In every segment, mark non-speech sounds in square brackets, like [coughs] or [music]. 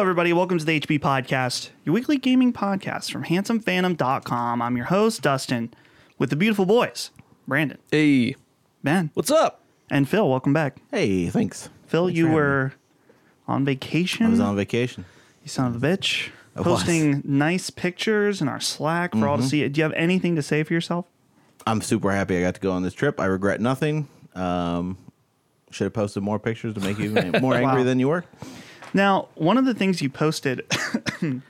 everybody. Welcome to the HP Podcast, your weekly gaming podcast from handsomephantom.com. I'm your host, Dustin, with the beautiful boys, Brandon, Hey, Ben, what's up? and Phil. Welcome back. Hey, thanks. Phil, you for having were on vacation. I was on vacation. you son of a bitch. I was. Mm-hmm. Posting nice pictures in our Slack for all to see. Do you have anything to say for yourself? I'm super happy I got to go on this trip. I regret nothing. Um, should have posted more pictures to make you even more angry than you were. Now, one of the things you posted [coughs]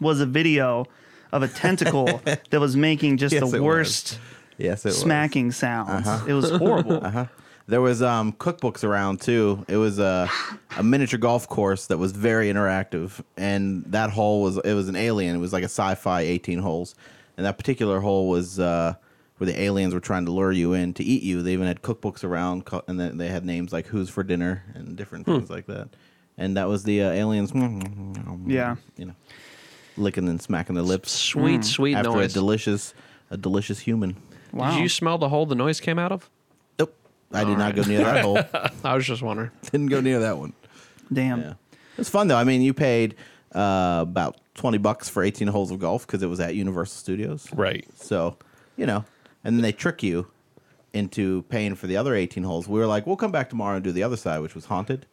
was a video of a [laughs] tentacle that was making just Yes, the it was. worst Yes, it smacking sounds. It was [laughs] horrible. was. Uh-huh. There was um, cookbooks around too. It was a, a miniature golf course that was very interactive, and that hole was it was an alien. It was like a sci-fi 18 holes, and that particular hole was uh, where the aliens were trying to lure you in to eat you. They even had cookbooks around, co- and then they had names like "Who's for Dinner" and different Hmm. things like that. And that was the uh, aliens. Yeah. you know, licking and smacking their lips Sweet, Hmm. sweet after noise. a delicious, a delicious human. Wow. Did you smell the hole the noise came out of? Nope, I did not go near that [laughs] hole. I was just wondering. [laughs] Didn't go near that one. Damn. Yeah. It's fun though. I mean, you paid uh, about 20 bucks for 18 holes of golf because it was at Universal Studios. Right. So, you know, and then they trick you into paying for the other 18 holes. We were like, we'll come back tomorrow and do the other side, which was haunted.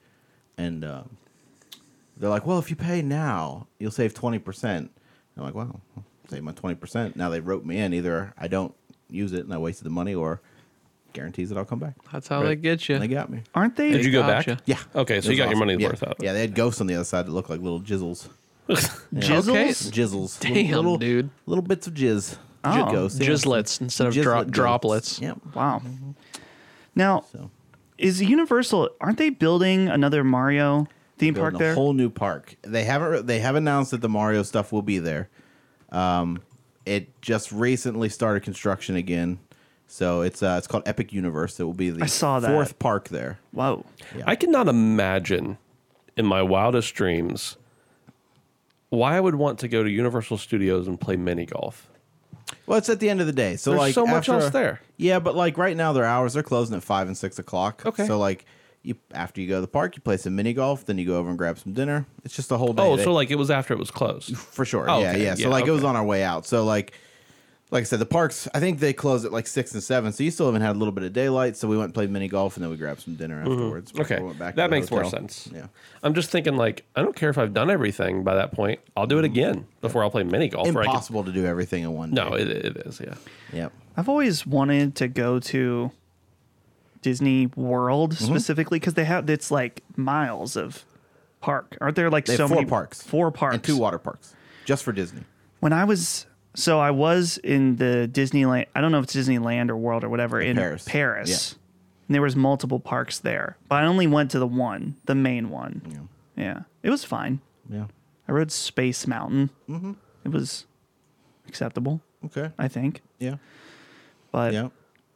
And um, they're like, well, if you pay now, you'll save 20%. I'm like, wow, I'll save my 20%. Now they wrote me in. Either I don't use it and I wasted the money or guarantees that I'll come back. That's how they get you. And they got me. Aren't they? Did you go back? Gotcha. Yeah. Okay, so you It got was your awesome. money's yeah. worth out of Yeah, they had ghosts on the other side that looked like [laughs] little jizzles. Jizzles? Okay. Jizzles. Damn, little, little- dude. Little bits of jizz. Oh. Jiggos, yeah. Jizzlets instead of Jizzlet dro- ghosts. droplets. Yep. Wow. Now, So is Universal? Aren't they building another Mario theme park building there? a whole new park. They haven't they have announced that the Mario stuff will be there. Um, it just recently started construction again. So it's uh, it's called Epic Universe. It will be the I saw that. fourth park there. Whoa. I cannot imagine in my wildest dreams why I would want to go to Universal Studios and play mini golf. Well, it's at the end of the day. So There's like so much after, else there. Yeah, but like right now their hours they're closing at five and six o'clock. Okay. So like you after you go to the park, you play some mini golf, then you go over and grab some dinner. It's just a whole day. Oh, They- so like it was after it was closed. for sure. Oh, yeah, okay. yeah. So Yeah, like it was okay. on our way out. So like like I said, the parks I think they close at like six and seven. So you still haven't had a little bit of daylight. So we went and played mini golf and then we grabbed some dinner afterwards. before Mm-hmm. Okay, we went back to that the makes more hotel. sense. Yeah. I'm just thinking like I don't care if I've done everything by that point. I'll do it again before I'll play mini golf. or I can- Impossible to do everything in one No, day. it, it is. Yeah. Yep. I've always wanted to go to Disney World Mm-hmm. specifically because they have it's like miles of park. Aren't there like They have so four many parks. Four parks. And two water parks. Just for Disney. when I was so I was in the Disneyland. I don't know if it's Disneyland or World or whatever in Paris. Paris. And there was multiple parks there, but I only went to the one, the main one. Yeah, it was fine. Yeah. I rode Space Mountain. Mm-hmm. It was acceptable, Okay. I think. Yeah. But Yeah.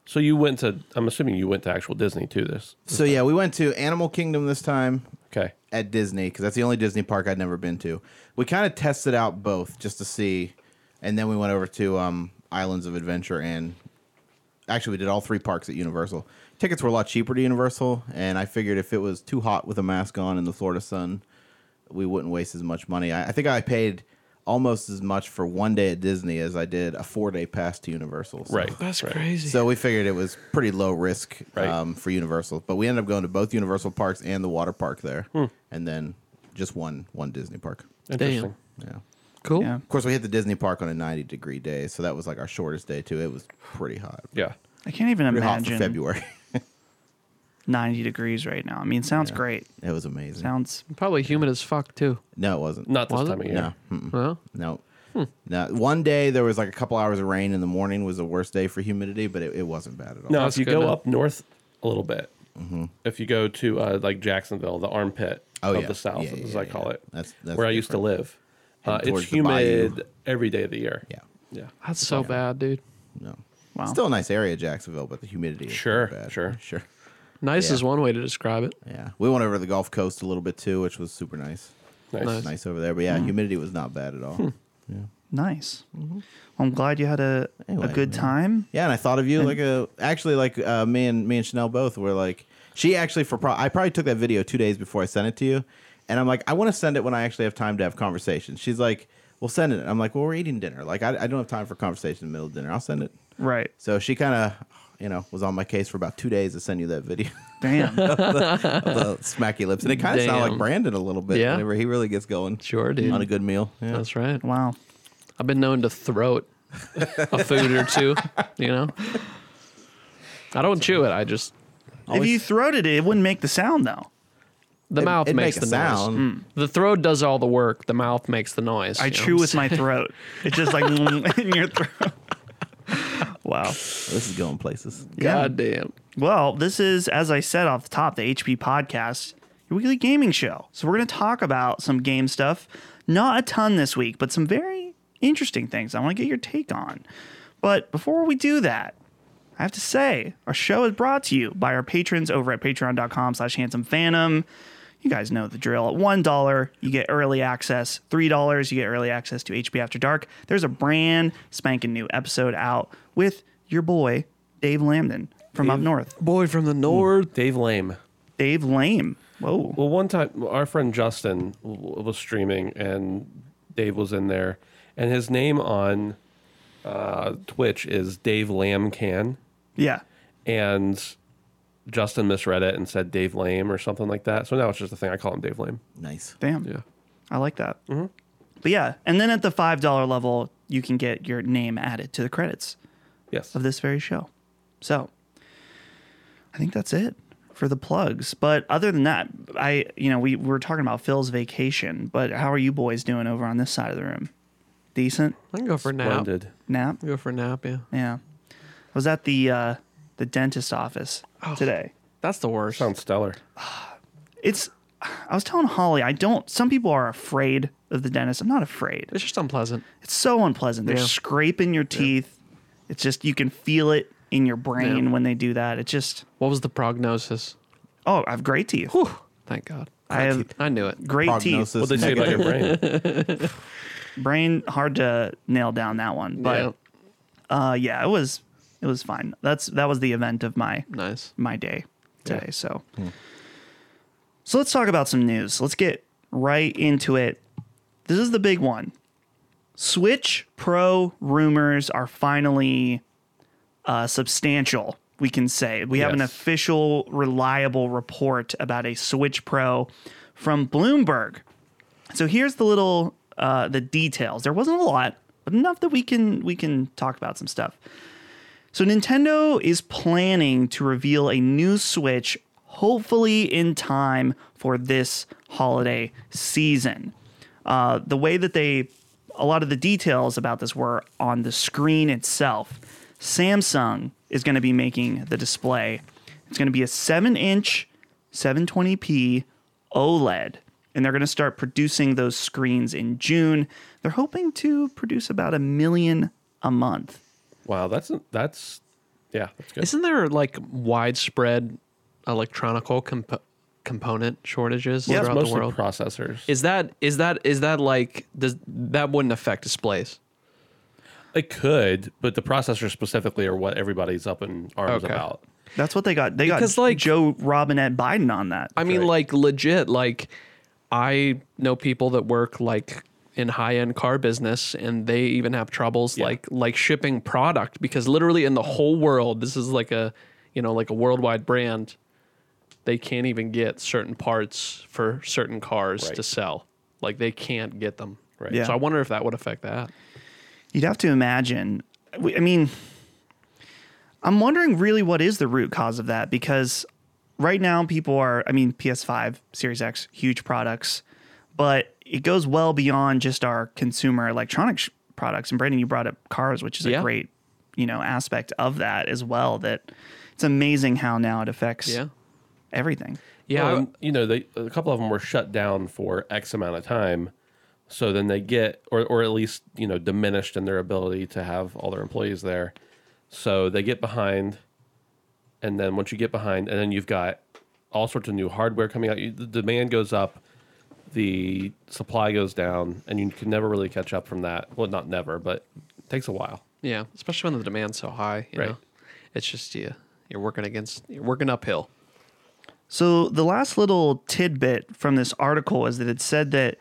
So you went to? I'm assuming you went to actual Disney too. This. So yeah, we went to Animal Kingdom this time Okay. at Disney because that's the only Disney park I'd never been to. We kind of tested out both just to see, and then we went over to um, Islands of Adventure and actually we did all three parks at Universal. Tickets were a lot cheaper to Universal, and I figured if it was too hot with a mask on in the Florida sun, we wouldn't waste as much money. I, I think I paid almost as much for one day at Disney as I did a four day pass to Universal. So- Right. right. crazy. so we figured it was pretty low risk Right. um, for Universal, but we ended up going to both Universal parks and the water park there, Hmm. and then just one one Disney park. Interesting. Damn. Yeah. cool. yeah. Of course, we hit the Disney park on a 90 degree day, so that was like our shortest day too. It was pretty hot. Yeah. I can't even Pretty hot for imagine February. [laughs] 90 degrees right now. I mean, it sounds great. it was amazing. Sounds Probably humid as fuck too. no, it wasn't. Not this Was it? time of year. Hmm. No. Mm-mm. Well, No. No. One day there was like a couple hours of rain in the morning was the worst day for humidity, but it, it wasn't bad at all. Now, That's if you good go to- up north a little bit, if you go to uh, like Jacksonville, the armpit Oh, of yeah. the South, Yeah, yeah, as yeah, I call yeah. it, That's- that's where I used to live. Uh, And it's towards the bayou. humid every day of the year. Yeah. Yeah. that's so bad, dude. No. Wow. Still a nice area, Jacksonville, but the humidity is Sure, pretty bad. sure. Sure. Nice Yeah. is one way to describe it. Yeah, we went over to the Gulf Coast a little bit too, which was super nice. Nice. Nice. Nice over there, but yeah, humidity was not bad at all. nice. I'm glad you had a, Mm-hmm. Anyway, a good man. time. Yeah, and I thought of you like a actually like uh, me and me and Chanel both were like she actually for pro- I probably took that video two days before I sent it to you, And I'm like, I want to send it when I actually have time to have conversations. She's like, well, send it. I'm like, well, we're eating dinner. Like, I, I don't have time for conversation in the middle of dinner. I'll send it. Right. So she kind of, you know, was on my case for about two days to send you that video [laughs] Damn. [laughs] of the smacky lips. And it kind of sounded like Damn. Brandon a little bit Yeah. whenever he really gets going Sure, dude. on a good meal. Yeah. That's right. wow. I've been known to throw it [laughs] a food or two, you know? I don't chew it. I just, if you throwed it, it wouldn't make the sound though. the It- mouth it'd makes make the a sound. noise. Mm. The throat does all the work. The mouth makes the noise. I you know? chew with my throat. It's just like [laughs] in your throat. [laughs] wow. This is going places. God damn. Well, this is, as I said off the top, the HP podcast, your weekly gaming show. So we're going to talk about some game stuff. Not a ton this week, but some very interesting things I want to get your take on. But before we do that, I have to say, our show is brought to you by our patrons over at patreon.com slash handsome phantom. You guys know the drill. At $1, you get early access. $3, you get early access to HP After Dark. There's a brand spanking new episode out with your boy, Dave Lambden from up north. Boy from Hmm. the north. Dave Lame. Dave Lame. Whoa. Well, one time our friend Justin w- was streaming and Dave was in there, and his name on uh, Twitch is Dave Lamb Can, Yeah. and Justin misread it and said Dave Lame or something like that. So now it's just a thing. I call him Dave Lame. Nice. Damn. Yeah. Mm-hmm. I like that. But yeah, and then at the five dollar level, you can get your name added to the credits Yes. of this very show. So I think that's it for the plugs. But other than that, I you know we, we were talking about Phil's vacation, but how are you boys doing over on this side of the room? Decent I can go for a nap. Blended. nap. Go for a nap, yeah. Yeah, I was at the uh, the dentist office Oh. today. That's the worst. Sounds stellar. It's I was telling Holly I don't. Some people are afraid of the dentist. I'm not afraid. It's just unpleasant. It's so unpleasant. They're Yeah. scraping your teeth. It's just you can feel it in your brain when they do that. It's just What was the prognosis? oh, I have great teeth. Whew, thank God. I have I knew it. great Prognosis. What they say about your brain? teeth. Brain hard to nail down that one, but yeah. uh yeah, it was it was fine. That's that was the event of my Yeah, nice. my day today. So So let's talk about some news. Let's get right into it. This is the big one. Switch Pro rumors are finally uh, substantial, we can say. We have an Yes. official, reliable report about a Switch Pro from Bloomberg. So here's the little uh, the details. There wasn't a lot, but enough that we can we can talk about some stuff. So Nintendo is planning to reveal a new Switch hopefully in time for this holiday season. Uh, the way that they a lot of the details about this were on the screen itself. Samsung is going to be making the display. It's going to be a 7-inch 720p OLED E and they're going to start producing those screens in June. They're hoping to produce about a million a month. Wow, that's that's yeah, that's good. Isn't there like widespread electronical comp- component shortages It's throughout the mostly world? processors. is that is that is that like does that wouldn't affect displays? it could, but the processors specifically are what everybody's up in arms Okay. about. That's what they got. They Because, got like- Joe Robinette Biden on that. I mean, right. like legit. Like I know people that work like in high end car business, and they even have troubles like like shipping product because literally in the whole world, this is like a you know like a worldwide brand. They can't even get certain parts for certain cars to Right. sell. Like they can't get them. Right. Yeah. So I wonder if that would affect that. You'd have to imagine. we- I mean, I'm wondering really what is the root cause of that because right now people are, I mean, PS5, Series X, huge products, but it goes well beyond just our consumer electronics products. And Brandon, you brought up cars, which is a Yeah. great, you know, aspect of that as well. That it's amazing how now it affects Yeah. everything. Yeah. Well, I- and, Um, you know, they, a couple of them were shut down for X amount of time, so then they get, or or at least you know, diminished in their ability to have all their employees there. So they get behind, and then once you get behind, and then you've got all sorts of new hardware coming out. You, the demand goes up, the supply goes down, and you can never really catch up from that. Well, not never, but it takes a while. yeah. Especially when the demand's so high. You Right. Know? It's just yeah, you're working against you're working uphill. So the last little tidbit from this article is that it said that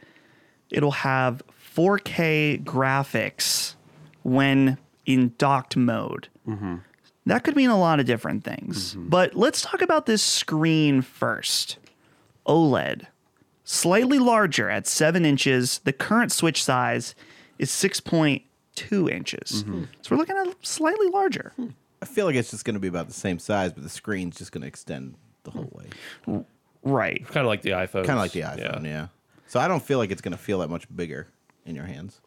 it'll have 4K graphics when in docked mode. That could mean a lot of different things. But let's talk about this screen first. OLED, slightly larger at seven inches. The current Switch size is 6.2 inches. So we're looking at slightly larger. I feel like it's just going to be about the same size, but the screen's just going to extend the whole way. Right. Kind of like the iPhone. Kind of like the iPhone, yeah. So I don't feel like it's going to feel that much bigger in your hands.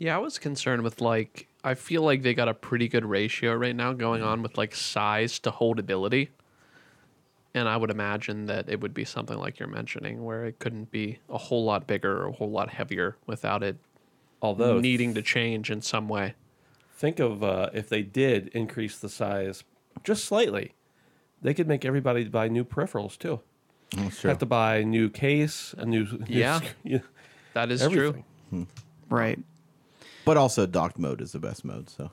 Yeah, I was concerned with like I feel like they got a pretty good ratio right now going on with like size to holdability. And I would imagine that it would be something like you're mentioning where it couldn't be a whole lot bigger or a whole lot heavier without it Although needing to change in some way. Think of uh, if they did increase the size just slightly, they could make everybody buy new peripherals too. Have to buy a new case, a new, [laughs] new Yeah. sc- yeah, That is true. everything. Right. But also, docked mode is the best mode. So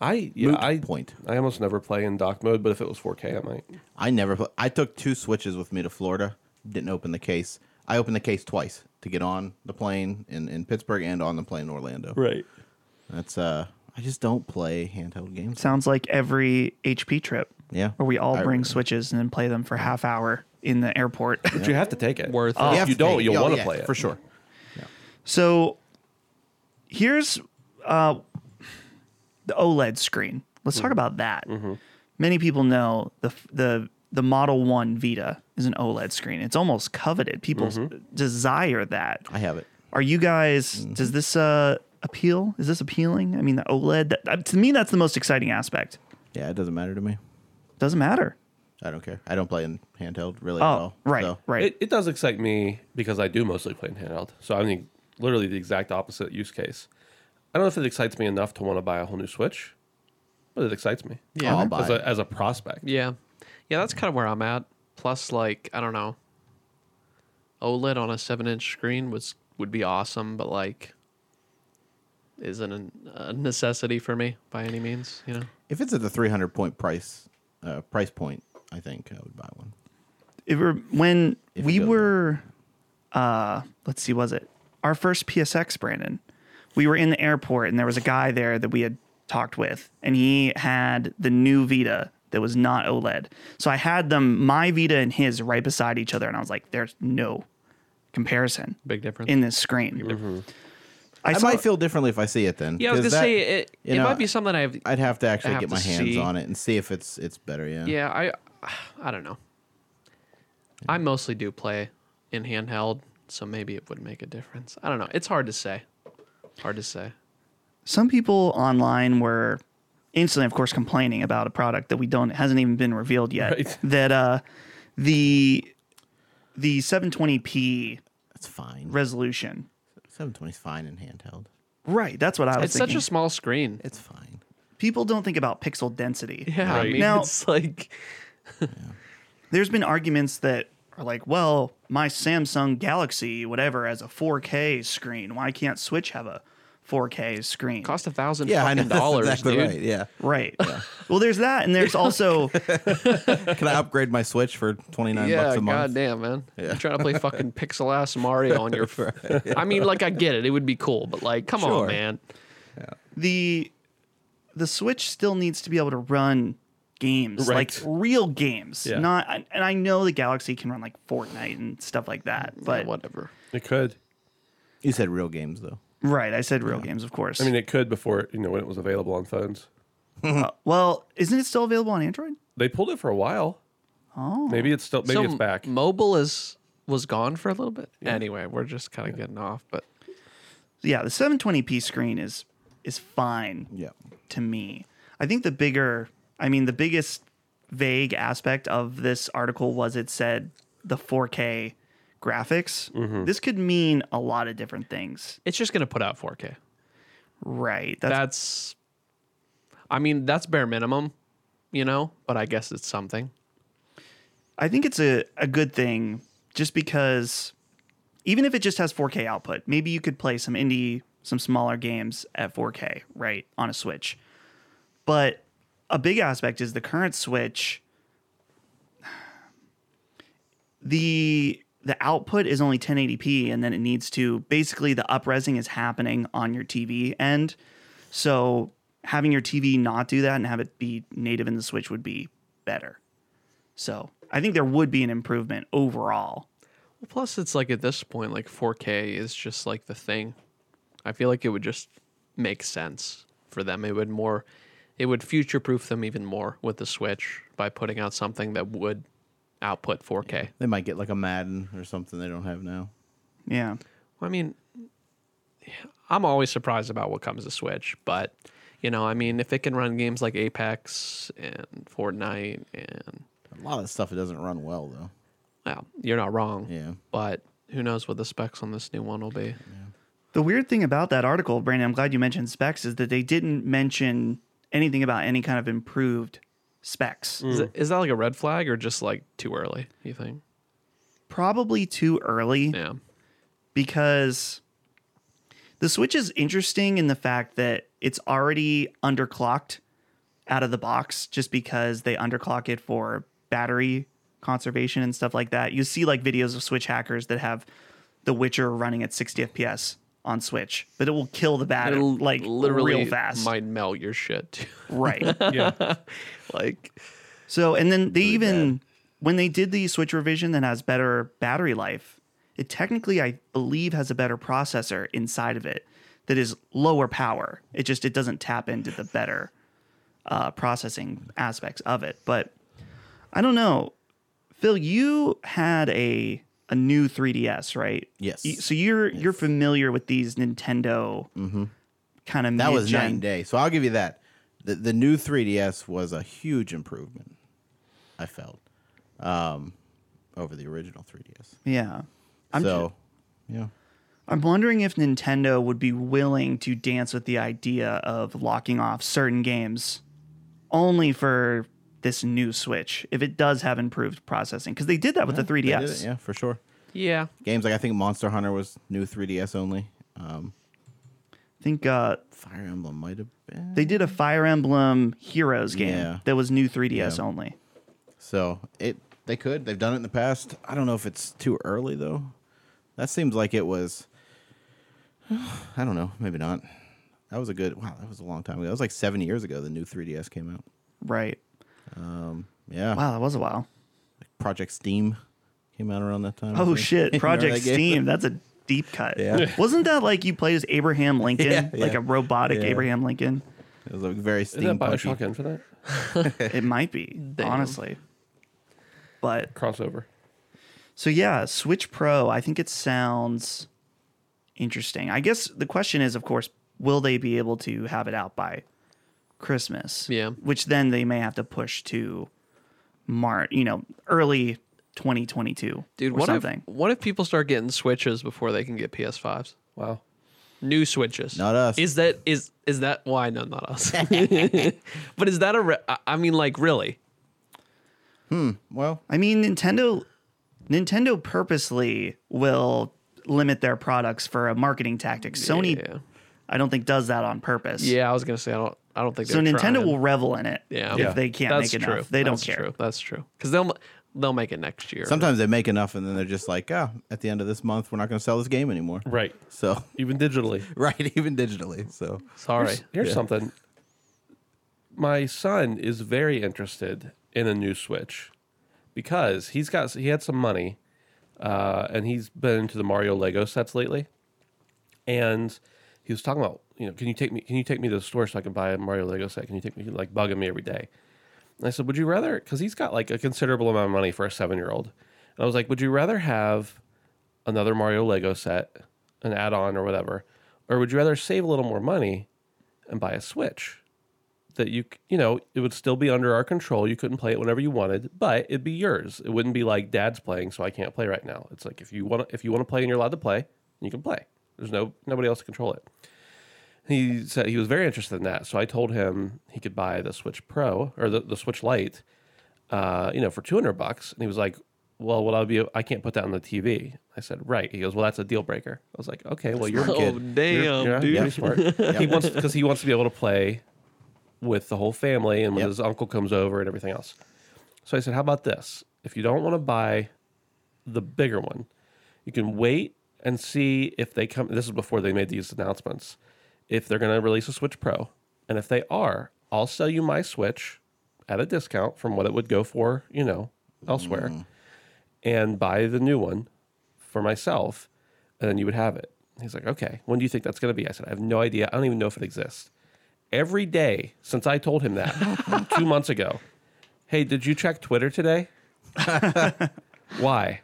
I yeah, Moot I point. I almost never play in dock mode, but if it was 4K, I might. I never. pl- I took two switches with me to Florida. Didn't open the case. I opened the case twice to get on the plane in, in Pittsburgh and on the plane in Orlando. Right. That's uh. I just don't play handheld games. Sounds like every HP trip. Yeah. Where we all I- bring switches and then play them for half hour in the airport. [laughs] But you have to take it. Worth If it. have you to don't, take- you'll oh, want to yeah, play it for sure. So here's uh, the OLED screen. Let's Mm-hmm. talk about that. Many people know the the the Model One Vita is an OLED screen. It's almost coveted. People desire that. Mm-hmm. I Mm-hmm. have it. Are you guys? Does this uh, appeal? Is this appealing? I mean, the OLED. That, that- to me, that's the most exciting aspect. Yeah, it doesn't matter to me. Doesn't matter. I don't care. I don't play in handheld really at Oh, all. right, So, right. It, it does excite me because I do mostly play in handheld. So I'm the, literally the exact opposite use case. I don't know if it excites me enough to want to buy a whole new Switch, but it excites me. Yeah. I'll buy As it. a, as a prospect. Yeah. Yeah, that's kind of where I'm at. Plus, like, I don't know. OLED on a seven inch screen was would be awesome, but like isn't an, a necessity for me by any means, you know? If it's at the three hundred point price uh, price point, I think I would buy one. it were, when If we you go there. were uh let's see was it our first psx brandon we were in the airport and there was a guy there that we had talked with and he had the new vita that was not oled so i had them my vita and his right beside each other and i was like there's no comparison Big difference. in this screen i, Mm-hmm. I, saw, might feel differently if I see it then. yeah, I was 'cause gonna that- say it you it know, might be something I've I'd have to actually have get to my hands see. on it and see if it's it's better. Yeah. Yeah, I I don't know. I mostly do play in handheld, so maybe it would make a difference. I don't know. It's hard to say. Hard to say. some people online were instantly of course complaining about a product that we don't hasn't even been revealed yet Right. [laughs] that uh the the 720p That's fine. resolution. 720 is fine in handheld. Right. That's what I was It's thinking. such a small screen. It's fine. People don't think about pixel density. Yeah, I Right. mean, Now- it's like There's been arguments that are like, well, my Samsung Galaxy, whatever, has a 4K screen. Why can't Switch have a 4K screen? cost a thousand Yeah, I know. [laughs] fucking That's dollars, exactly dude. right. Yeah. [laughs] right. Well, there's that. And there's also, Can I upgrade my Switch for 29 bucks [laughs] Yeah, a month? goddamn, man. Yeah. You're trying to [laughs] play fucking pixel ass Mario on your. I mean, like, I get it. It would be cool, but like, come Sure. on, man. the the Switch still needs to be able to run games like Right. real games Yeah. not and I know the Galaxy can run like Fortnite and stuff like that but Whatever. It could. You said real games though. right I said real games of course I mean, it could before, you know, when it was available on phones. Uh, well isn't it still available on Android They pulled it for a while. Oh. Maybe it's still, maybe so it's back. Mobile is was gone for a little bit. Anyway, we're just kind of getting off, but yeah, the 720p screen is is fine Yeah. to me. I think the bigger, I mean, the biggest vague aspect of this article was it said the 4K graphics. Mm-hmm. This could mean a lot of different things, it's just gonna put out 4K. right? That's, that's I mean, that's bare minimum, you know, but I guess it's something. I think it's a, a good thing just because even if it just has 4K output, maybe you could play some indie, some smaller games at 4K, right, on a Switch. But a big aspect is the current Switch [sighs] the the output is only 1080p and then it needs to basically the upresing is happening on your TV end. So having your TV not do that and have it be native in the Switch would be better. So I think there would be an improvement overall. Well, plus, it's like at this point, like 4K is just like the thing. I feel like it would just make sense for them. It would more, it would future proof them even more with the Switch by putting out something that would output 4K. They might get like a Madden or something they don't have now. Yeah. I mean, I'm always surprised about what comes to Switch, but you know, I mean, if it can run games like Apex and Fortnite, and A lot of stuff it doesn't run well though. well, you're not wrong. Yeah. But who knows what the specs on this new one will be? The weird thing about that article, Brandon, I'm glad you mentioned specs, is that they didn't mention anything about any kind of improved specs. Is, it, is that like a red flag or just like too early? You think? Probably too early. Yeah. because the Switch is interesting in the fact that it's already underclocked out of the box just because they underclock it for battery conservation and stuff like that. You see like videos of Switch hackers that have The Witcher running at 60 FPS on Switch, but it will kill the battery It'll like literally real fast. might melt your [laughs] shit. too. Right. [laughs] Yeah. like So, and then they even when they did the Switch revision that has better battery life, it technically I believe has a better processor inside of it that is lower power. It just it doesn't tap into the better uh, processing aspects of it. But I don't know, Phil. You had a a new 3DS, right? Yes. Mm-hmm. Y- So you're you're familiar with these Nintendo kind of That was night and day. So I'll give you that. The the new 3DS was a huge improvement. I felt um, over the original 3DS. Yeah. I'm so yeah, I'm wondering if Nintendo would be willing to dance with the idea of locking off certain games only for this new Switch if it does have improved processing because they did that with the They did 3DS. it, yeah, for sure. yeah, Games like I think Monster Hunter was new 3DS only. Um, I think uh, Fire Emblem might have been. they did a Fire Emblem Heroes game Yeah. that was new 3DS Yeah. only. So it they could. They've done it in the past. I don't know if it's too early though. That seems like it was [sighs] I don't know, maybe not. That was a good wow, that was a long time ago. That was like seven years ago the new 3DS came out. Right. Yeah. Wow, that was a [laughs] while. Project Steam came out around that time. I Oh think. [laughs] shit, Remember Project that game? Steam. That's a deep cut. Yeah. Wasn't that like you played as Abraham [laughs] Lincoln, Yeah, like yeah. a robotic Yeah. Abraham [laughs] Lincoln? It was a very Is that Steam Bioshock Infinite It might be, honestly. But crossover? So yeah, Switch Pro, I think it sounds interesting. I guess the question is, of course, will they be able to have it out by Christmas? Yeah. Which then they may have to push to March, you know, early 2022. dude. or What something. if what if people start getting Switches before they can get PS5s? Wow. new switches Not us. is that is is that why no not us [laughs] but is that a re- I- i mean like really Well, I mean, Nintendo Nintendo purposely will limit their products for a marketing tactic. Sony yeah, I don't think does that on purpose. yeah i was gonna say i don't i don't think So they're Nintendo trying. will revel in it yeah if Yeah. they can't that's make true enough. They don't That's care. true. that's true because they'll they'll make it next year sometimes they make enough and then they're just like, ah, at the end of this month we're not gonna sell this game anymore. [laughs] Right. So Even digitally. right, even digitally. So [laughs] sorry Here's, here's something. My son is very interested in a new Switch because he's got he had some money, uh, and he's been into the Mario Lego sets lately. And he was talking about you know can you take me can you take me to the store so I can buy a Mario Lego set? Can you take me like bugging me every day? And I said, would you rather? Because he's got like a considerable amount of money for a seven year old. And I was like, would you rather have another Mario Lego set, an add on or whatever, or would you rather save a little more money and buy a Switch that you c- you know it would still be under our control. You couldn't play it whenever you wanted, but it'd be yours. It wouldn't be like Dad's playing, so I can't play right now. It's like if you want if you want to play and you're allowed to play, you can play. There's no nobody else to control it. He said he was very interested in that, so I told him he could buy the Switch Pro or the, the Switch Lite, uh, you know, for two hundred bucks. And he was like, "Well, what I'll be, I can't put that on the TV." I said, "Right." He goes, "Well, that's a deal breaker." I was like, "Okay, well, you're oh kid. damn you're- you're dude pretty smart. [laughs] He wants because he wants to be able to play with the whole family and when Yep. his uncle comes over and everything else. So I said, "How about this? If you don't want to buy the bigger one. You can wait and see if they come. This is before they made these announcements. If they're going to release a Switch Pro, and if they are, I'll sell you my Switch at a discount from what it would go for, you know, elsewhere, and buy the new one for myself, and then you would have it. He's like, okay, when do you think that's going to be? I said, I have no idea. I don't even know if it exists. Every day since I told him that two months ago, hey, did you check Twitter today? Why?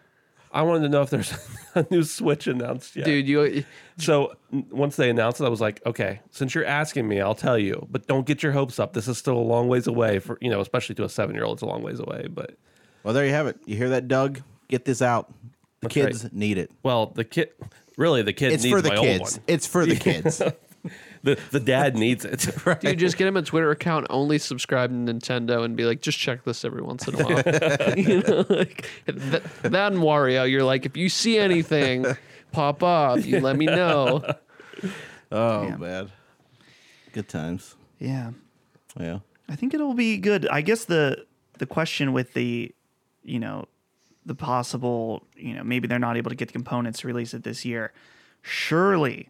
I wanted to know if there's [laughs] a new Switch announced yet. dude. You So n- once they announced it, I was like, okay, since you're asking me, I'll tell you, but don't get your hopes up. This is still a long ways away for, you know, especially to a seven year old, it's a long ways away. But, Well, there you have it. You hear that, Doug? Get this out. The right. kids need it. well, the kid, really, the kid It's needs for the my kids. old one. It's for the kids. The, the dad needs it. [laughs] right. dude, just get him a Twitter account. Only subscribe to Nintendo and be like, just check this every once in a while. [laughs] you know, like th- that and Wario. You're like, if you see anything pop up, you let me know. oh Yeah. man, good times. Yeah. Yeah. I think it'll be good. I guess the the question with the you know the possible you know maybe they're not able to get the components to release it this year. Surely,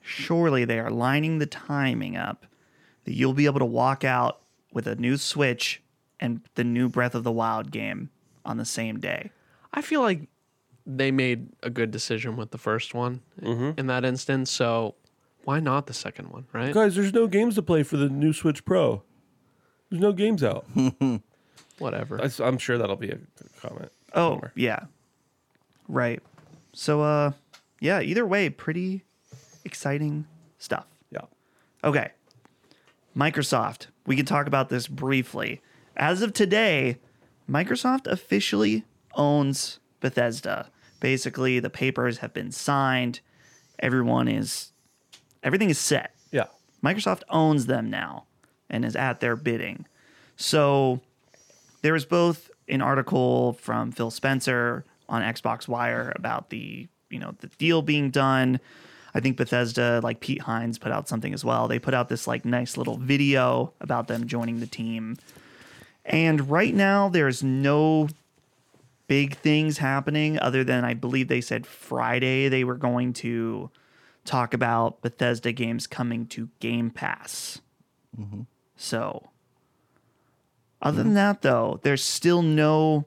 surely they are lining the timing up that you'll be able to walk out with a new Switch and the new Breath of the Wild game on the same day. I feel like they made a good decision with the first one in that instance. So why not the second one, right? Guys, there's no games to play for the new Switch Pro. There's no games out. Whatever. I s- I'm sure that'll be a good comment. Oh somewhere. yeah, right. So uh, yeah. Either way, pretty exciting stuff. yeah. Okay. Microsoft, we can talk about this briefly. As of today, Microsoft officially owns Bethesda. Basically, the papers have been signed. Everyone is, everything is set. Yeah. Microsoft owns them now and is at their bidding. So there was both an article from Phil Spencer on Xbox Wire about the you know the deal being done. I think Bethesda, like Pete Hines, put out something as well. They put out this like nice little video about them joining the team. And right now, there's no big things happening other than I believe they said Friday they were going to talk about Bethesda games coming to Game Pass. Mm-hmm. So, other than that, though, there's still no,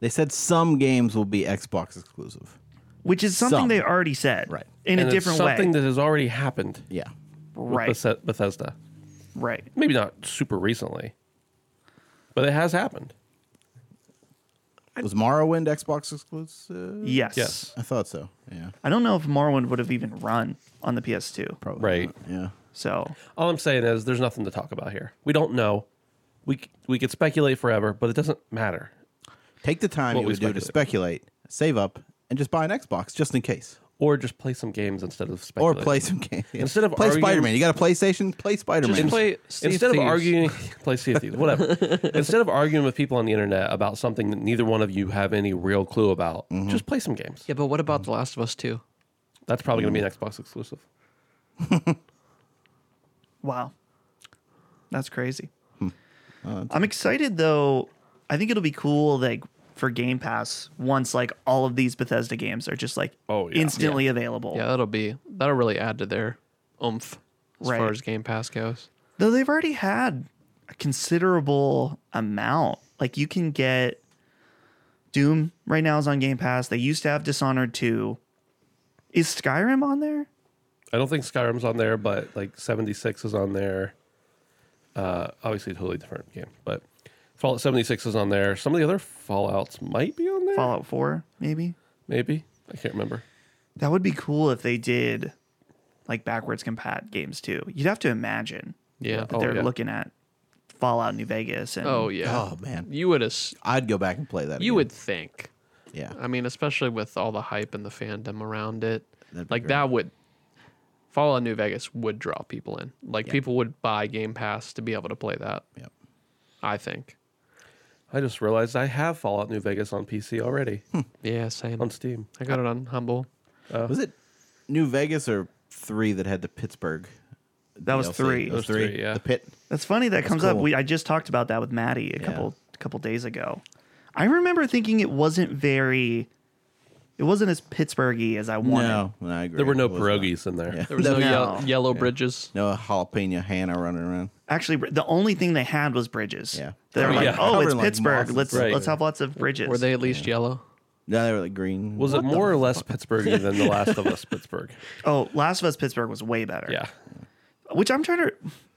They said some games will be Xbox exclusive. which is something Some. they already said, Right. In And a it's different way, something that has already happened Yeah. with right? Bethes- Bethesda. Right. Maybe not super recently, but it has happened. Was Morrowind Xbox exclusive? Yes. Yes. I thought so. Yeah. I don't know if Morrowind would have even run on the PS2. Probably. Right. not. Yeah. So, All I'm saying is there's nothing to talk about here. We don't know. We c- we could speculate forever, but it doesn't matter. Take the time What you we would do to speculate, save up, and just buy an Xbox just in case. Or just play some games instead of Or speculating. play some games. Instead of play arguing- Spider Man. You got a PlayStation? Play Spider Just Man. play Sea of instead of Thieves. arguing, [laughs] play Sea of Thieves, whatever. instead of arguing with people on the internet about something that neither one of you have any real clue about, Mm-hmm. just play some games. Yeah, but what about The Last of Us 2? That's probably going to be Mm-hmm. an Xbox exclusive. wow, that's crazy. I'm excited though. I think it'll be cool, like for Game Pass, once like all of these Bethesda games are just like Oh, yeah. instantly available. Yeah, that'll be that'll really add to their oomph as Right. far as Game Pass goes. though they've already had a considerable amount. Like you can get Doom right now is on Game Pass. They used to have Dishonored 2. Is Skyrim on there? I don't think Skyrim's on there, but like 76 is on there. Uh, obviously, a totally different game, but Fallout 76 is on there. Some of the other Fallouts might be on there. Fallout 4, maybe? Maybe. I can't remember. That would be cool if they did like backwards compat games too. You'd have to imagine Yeah. that Oh, they're yeah. looking at Fallout New Vegas and Oh yeah. Oh, man. You would as I'd go back and play that. you again. would think. Yeah. I mean, especially with all the hype and the fandom around it. That'd be like great. that would Fallout New Vegas would draw people in. Like people would buy Game Pass to be able to play that. Yep. I think. I just realized I have Fallout New Vegas on PC already Hmm. Yeah, same. on Steam. I got it on Humble. Was it New Vegas or three that had the Pittsburgh? That was three. It Those was three, three. yeah. The pit. That's funny that comes up. cool. We I just talked about that with Maddie a Yeah. couple couple days ago. I remember thinking it wasn't very, it wasn't as Pittsburghy as I wanted. No, no, I agree. There were no It was not. pierogies in there. Yeah. There was no, ye- No. yellow bridges. [laughs] No jalapeno Hannah running around. Actually, br- the only thing they had was bridges. Yeah. They're Oh, like, yeah. oh, it's Covered in, like, moss Pittsburgh. and Let's stuff. let's have lots of bridges. Were they at least yellow? No, they were like green. Was it more or less Pittsburgh than The Last of Us Pittsburgh? Oh, Last of Us Pittsburgh was way better. Yeah. Which I'm trying to.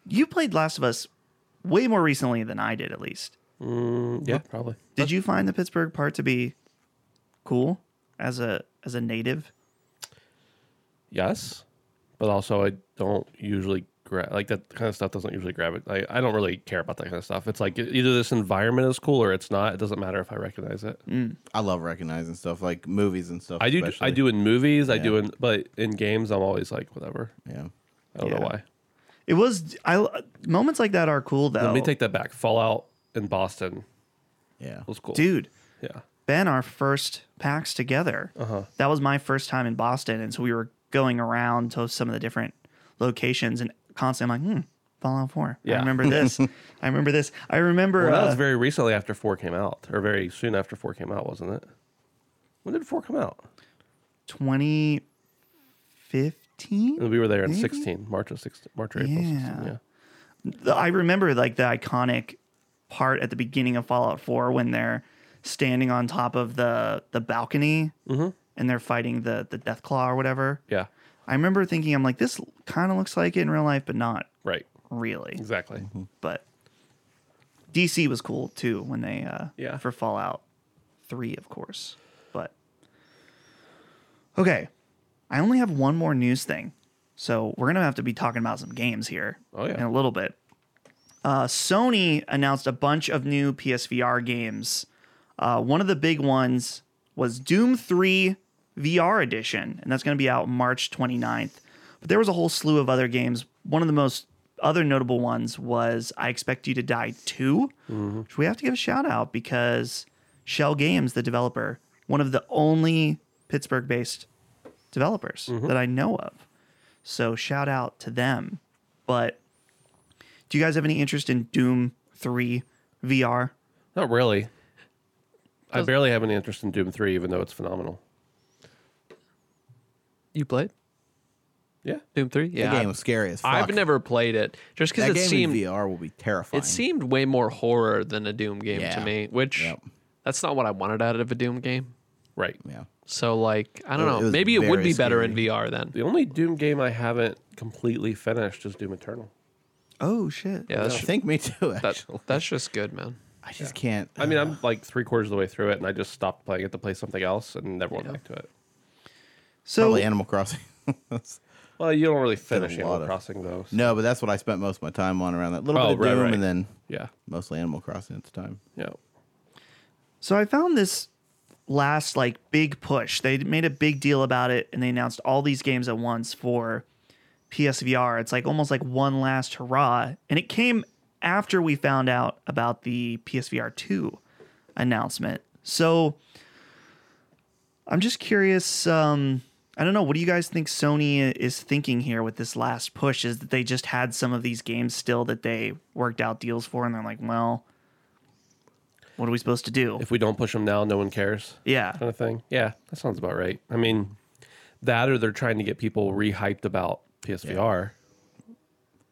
You played Last of Us way more recently than I did, at least. Yeah, probably. Did you find the Pittsburgh part to be cool as a as a native? Yes. But also, I don't usually grab, like, that kind of stuff doesn't usually grab it. I, I don't really care about that kind of stuff. It's like e-, either this environment is cool or it's not. It doesn't matter if I recognize it. I love recognizing stuff like movies and stuff. I do, especially. I do in movies, I do in, but in games, I'm always like, whatever. Yeah. I don't Yeah. know why. It was. I moments like that are cool though. Let me take that back. Fallout in Boston Yeah. was cool. dude. Yeah. Ben, our first packs together. Uh-huh. That was my first time in Boston, and so we were going around to some of the different locations and constantly I'm like, hmm, Fallout Four. I Yeah. remember this. [laughs] I remember this. I remember. Well, that uh, was very recently after four came out, or very soon after four came out, wasn't it? When did four come out? 2015 And Uh, we were there in sixteen, March of sixteen, March or April. Yeah. 16, yeah. The- i remember like the iconic part at the beginning of fallout 4 when they're standing on top of the the balcony and they're fighting the the death claw or whatever Yeah. i remember thinking i'm like this kind of looks like it in real life but not Right. really Exactly. Mm-hmm. but dc was cool too when they uh Yeah. for fallout 3 of course but okay i only have one more news thing so we're gonna have to be talking about some games here Oh, yeah. in a little bit uh, sony announced a bunch of new psvr games uh, one of the big ones was doom 3 vr edition and that's gonna be out march 29th but there was a whole slew of other games one of the most other notable ones was i expect you to die 2 which we have to give a shout out because Shell Games, the developer, one of the only Pittsburgh based developers that I know of. So shout out to them. But do you guys have any interest in Doom 3 VR? Not really. I barely have any interest in Doom Three, even though it's phenomenal. You played Yeah. Doom Three? Yeah. The game was scary as fuck. I've never played it just because That it game seemed in VR will be terrifying. it seemed way more horror than a Doom game Yeah. to me, which Yep. that's not what I wanted out of a Doom game. Right. Yeah. So like I don't It- know, it was maybe it would very be better in scary. VR then. The only Doom game I haven't completely finished is Doom Eternal. Oh, shit. Yeah, I that's, think me too. that, Actually, that's just good, man. I just can't. uh, I mean, Ah. I'm like three quarters of the way through it, and I just stopped playing it to play something else, and never went back to it. So, probably Animal Crossing. [laughs] Well, you don't really finish a lot Animal of- Crossing though. so- no, but that's what I spent most of my time on around that little Oh, bit of right, Doom right. and then Yeah. mostly Animal Crossing at the time. Yeah. so I found this last like big push. They made a big deal about it and they announced all these games at once for PSVR. It's like almost like one last hurrah. And it came after we found out about the PSVR 2 announcement. So I'm just curious. Um, I don't know. What do you guys think Sony is thinking here with this last push? Is that they just had some of these games still that they worked out deals for and they're like, well, what are we supposed to do? If we don't push them now, no one cares. yeah. kind of thing. Yeah, that sounds about right. I mean, that or they're trying to get people rehyped about PSVR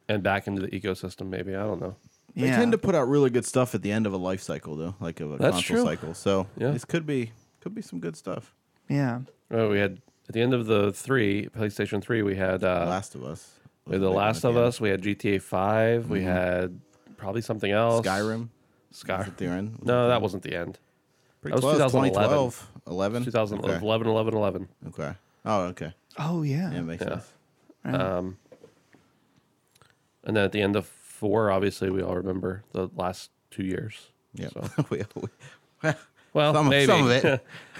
and back into the ecosystem. Maybe I don't know. yeah. They tend to put out really good stuff at the end of a life cycle, though, like of a That's console true. cycle. So Yeah. this could be could be some good stuff. yeah. Oh, we had at the end of the three PlayStation three, we had uh, Last of Us. we had was The a big one at Last the of end. Us, we had GTA 5 we had probably something else. Mm-hmm. Skyrim. Was Skyrim. it the end? Was it No, the that end? wasn't the end. pretty that was close. 2011. 2012, 11, 2011, 11, 11, 11. Okay. okay. Oh, okay. Oh, yeah. Yeah, makes sense. and then at the end of four, obviously we all remember the last two years. Yeah. So- [laughs] we, we, Well, some, of, maybe. some of [laughs]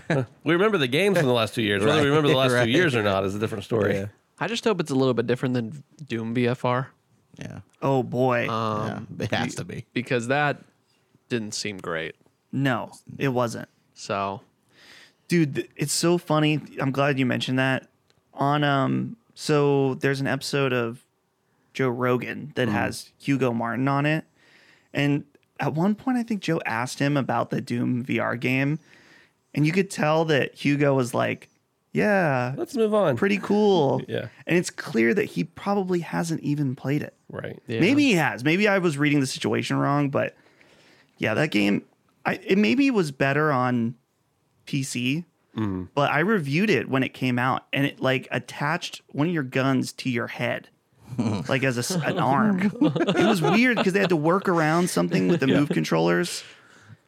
it. We remember the games from the last two years. Whether Right. we remember the last Right. two years or not is a different story. Yeah. I just hope it's a little bit different than Doom BFR Yeah. Oh, boy. Uh, Um, yeah. It has to be. because that didn't seem great. no, it wasn't. So dude th- it's so funny i'm glad you mentioned that on um so there's an Mm-hmm. episode of joe rogan that has hugo martin on it and at one point I think Joe asked him about the Doom VR game, and you could tell that Hugo was like, "Yeah, Let's move on. pretty cool." Yeah. and it's clear that he probably hasn't even played it. right. Yeah. Maybe he has. Maybe I was reading the situation wrong, but yeah, that game I it maybe was better on PC. But I reviewed it when it came out and it like attached one of your guns to your head. like as a s an arm. it was weird because they had to work around something with the move controllers.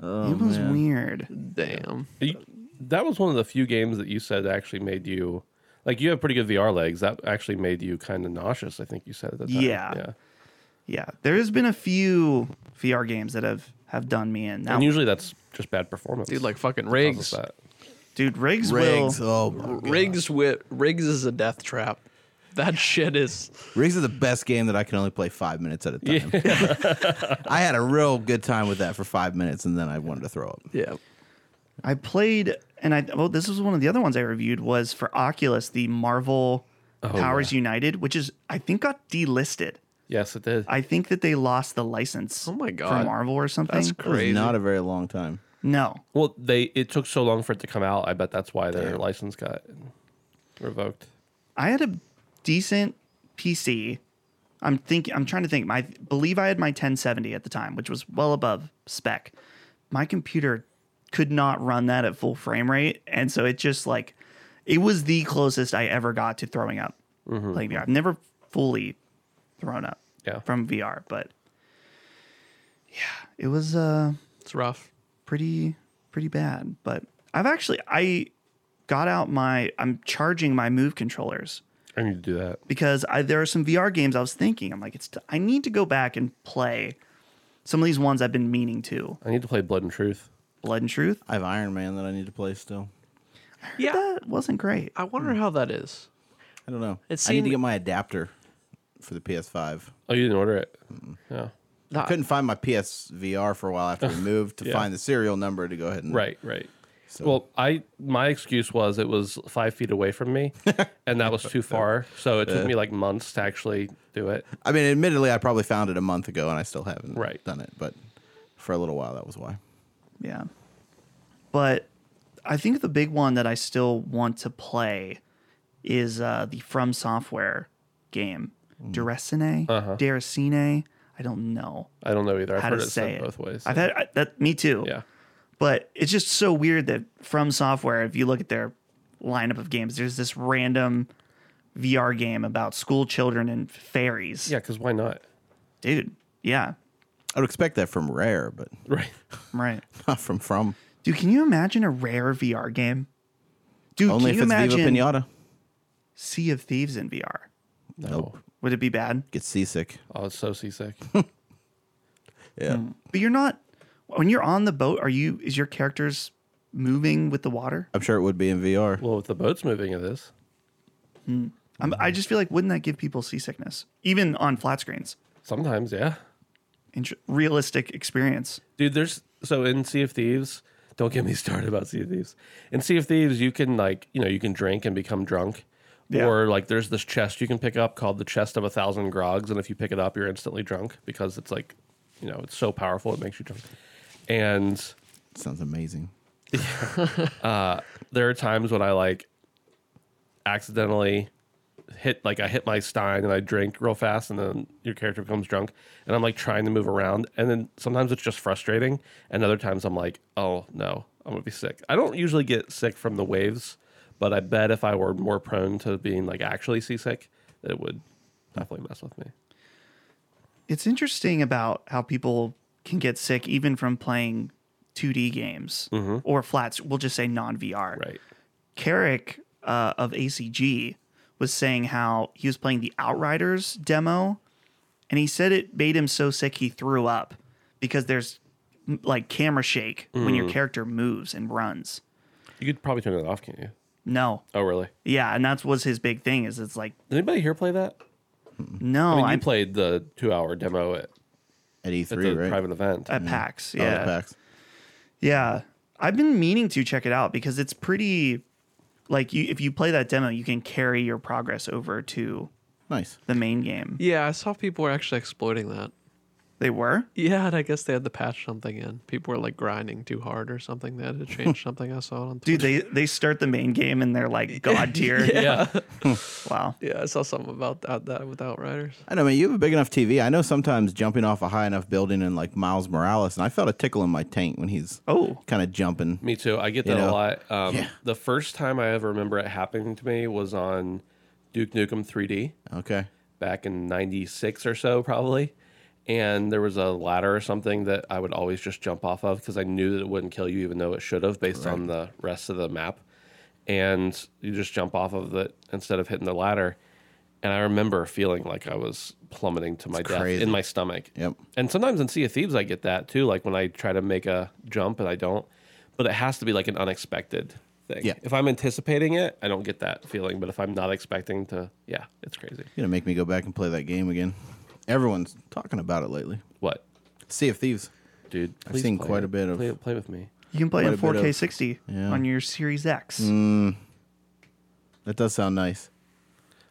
it was weird. Damn. You- that was one of the few games that you said actually made you like you have pretty good VR legs. That actually made you kind of nauseous. I think you said at the time. Yeah. yeah. Yeah. There has been a few VR games that have have done me in. Now, And usually that's just bad performance. Dude, like fucking Causes rigs. that. dude, Riggs, Riggs. will Oh, my God. Riggs with Riggs is a death trap. [laughs] That shit is Riggs is the best game that I can only play five minutes at a time. [laughs] I had a real good time with that for five minutes, and then I wanted to throw up. yeah. I played, and I well, this was one of the other ones I reviewed was for Oculus the Marvel Oh, Powers United, which is I think got delisted. Yes, it did. I think that they lost the license. Oh my For God. Marvel or something. That's It was crazy. not a very long time. no, well, they it took so long for it to come out. I bet that's why their license got revoked. I had a decent PC. I'm thinking. I'm trying to think. I believe I had my 1070 at the time, which was well above spec. My computer could not run that at full frame rate, and so it just like it was the closest I ever got to throwing up. Like VR. I've never fully thrown up Yeah. from VR, but yeah, it was uh It's rough. pretty pretty bad. But I've actually I got out my I'm charging my Move controllers I need to do that. because I, there are some VR games I was thinking. I'm like, it's t- I need to go back and play some of these ones I've been meaning to. I need to play Blood and Truth. Blood and Truth I have Iron Man that I need to play still. Yeah. that wasn't great. I wonder how that is. I don't know. I It need seemed- to get my adapter for the PS5. Oh, you didn't order it. Yeah. That- Couldn't find my PSVR for a while [laughs] after we moved to find the serial number to go ahead and Right, right. Well, I my excuse was it was five feet away from [laughs] me, and that was too far. So it took me like months to actually do it. I mean, admittedly, I probably found it a month ago, and I still haven't Right. done it. But for a little while, that was why. Yeah, but I think the big one that I still want to play is uh, the From Software game, Mm. Durasine, Deracine. I don't know I don't know either. Uh-huh. I've how heard to it say said it. both ways. I've had I, that. Me too. yeah. But it's just so weird that from software, if you look at their lineup of games, there's this random VR game about school children and fairies. Yeah, because why not? Dude. Yeah. I would expect that from Rare, but [laughs] Right. Right. not from From. Dude, can you imagine a rare VR game? Dude, can Only if you it's imagine Viva Pinata. Sea of Thieves in VR? [laughs] No. Would it be bad? Get seasick. Oh, it's [laughs] so seasick. Yeah. But you're not when you're on the boat, are you is your characters moving with the water? I'm sure it would be in VR. well, with the boats moving, it is. I'm, I just feel like wouldn't that give people seasickness? Even on flat screens. Sometimes, yeah. Inter- realistic experience. Dude, there's so in Sea of Thieves. Don't get me [laughs] started about Sea of Thieves. In Sea of Thieves, you can like you know you can drink and become drunk, Yeah. or like there's this chest you can pick up called the Chest of a Thousand Grogs, and if you pick it up, you're instantly drunk because it's like you know it's so powerful it makes you drunk. And Sounds amazing. there are times when I like accidentally hit like I hit my stein and I drink real fast and then your character becomes drunk and I'm like trying to move around and then sometimes it's just frustrating and other times I'm like, oh no, I'm gonna be sick. I don't usually get sick from the waves, but I bet if I were more prone to being like actually seasick, it would definitely mess with me. it's interesting about how people can get sick even from playing 2D games or flats. We'll just say non VR. Mm-hmm. Right. Carrick uh, of ACG was saying how he was playing the Outriders demo, and he said it made him so sick he threw up because there's m- like camera shake when Mm. your character moves and runs. You could probably turn that off, can't you? No, Oh really? yeah, and that's was his big thing. Is it's like Did anybody here play that? no, I mean, I you played the two hour demo at, At at E3, the right? private event. at PAX. Oh, Yeah, the packs. Yeah. I've been meaning to check it out because it's pretty like you if you play that demo, you can carry your progress over to Nice. the main game. Yeah, I saw people were actually exploiting that. They were. Yeah, and I guess they had to patch something in. People were like grinding too hard or something. They had to [laughs] change something. I saw it on Dude, Twitter. they they start the main game and they're like god tier. Yeah. Wow. Yeah, I saw something about that, that with Outriders. I know, man. You have a big enough TV. I know sometimes jumping off a high enough building and like Miles Morales, and I felt a tickle in my taint when he's Oh. kind of jumping. Me too. I get that know? a lot. Um, Yeah. The first time I ever remember it happening to me was on Duke Nukem 3D Okay, back in 96 or so, probably. And there was a ladder or something that I would always just jump off of because I knew that it wouldn't kill you, even though it should have, based on the rest of the map. And you just jump off of it instead of hitting the ladder. And I remember feeling like I was plummeting to my death crazy. in my stomach. Yep. And sometimes in Sea of Thieves, I get that too. Like when I try to make a jump and I don't, but it has to be like an unexpected thing. Yeah. If I'm anticipating it, I don't get that feeling. But if I'm not expecting to, yeah, it's crazy. you're gonna make me go back and play that game again. Everyone's talking about it lately. What, Sea of Thieves. dude? I've please seen play quite it. a bit of- play, play with me. You can play Quite in a bit of- 4K 60 Yeah. Mm. on your Series X. That does sound nice.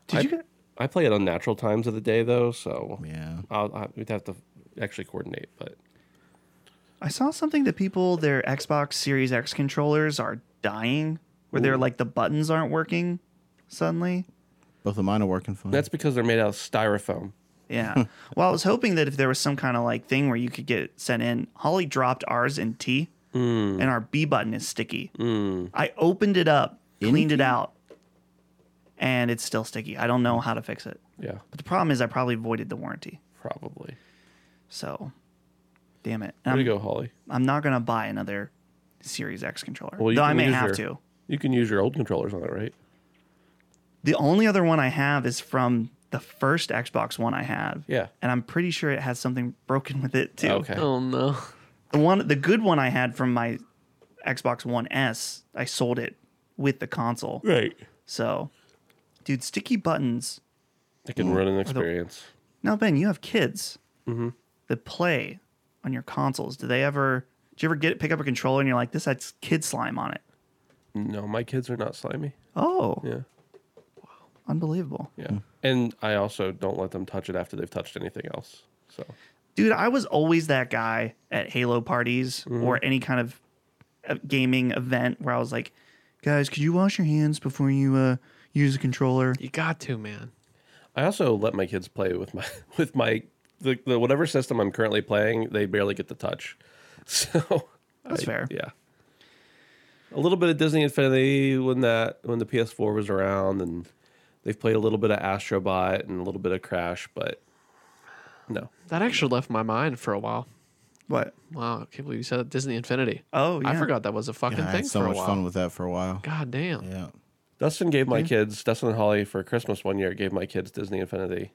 Did you get I play it on natural times of the day though, so Yeah. I'll, I, we'd have to actually coordinate. But I saw something that people their Xbox Series X controllers are dying where they're like the buttons aren't working suddenly. Both of mine are working fine. that's because they're made out of styrofoam. [laughs] Yeah. well, I was hoping that if there was some kind of like thing where you could get sent in, Holly dropped ours in T Mm. and our B button is sticky. I opened it up, cleaned it out, and it's still sticky. I don't know how to fix it. Yeah, But the problem is I probably voided the warranty. probably. So damn it. There I'm, you go, Holly. I'm not gonna buy another Series X controller. Well, you though can I may use have your- to. You can use your old controllers on it, right? The only other one I have is from the first Xbox One I have. Yeah. And I'm pretty sure it has something broken with it too. Okay. Oh no. The one the good one I had from my Xbox One S, I sold it with the console. Right. So dude, sticky buttons. It can ruin an experience. Now Ben, you have kids Mm-hmm. that play on your consoles. Do they ever do you ever get pick up a controller and you're like, this has kid slime on it? No, my kids are not slimy. Oh. Yeah. Unbelievable. Hmm. Yeah. And I also don't let them touch it after they've touched anything else. So dude i was always that guy at halo parties Mm-hmm. or any kind of uh, gaming event where i was like guys could you wash your hands before you uh, use a controller You got to, man. I also let my kids play with my [laughs] with my the, the whatever system I'm currently playing, they barely get to touch. [laughs] So That's I- fair. Yeah. A little bit of Disney Infinity when that when the PS4 was around and they've played a little bit of Astrobot and a little bit of Crash, but no. That actually left my mind for a while. what Wow, I can't believe you said that. Disney Infinity. Oh, I yeah. forgot that was a fucking Yeah, I thing had so for much a while. fun with that for a while. God damn. Yeah. Dustin gave my kids Dustin and Holly for Christmas one year gave my kids Disney Infinity,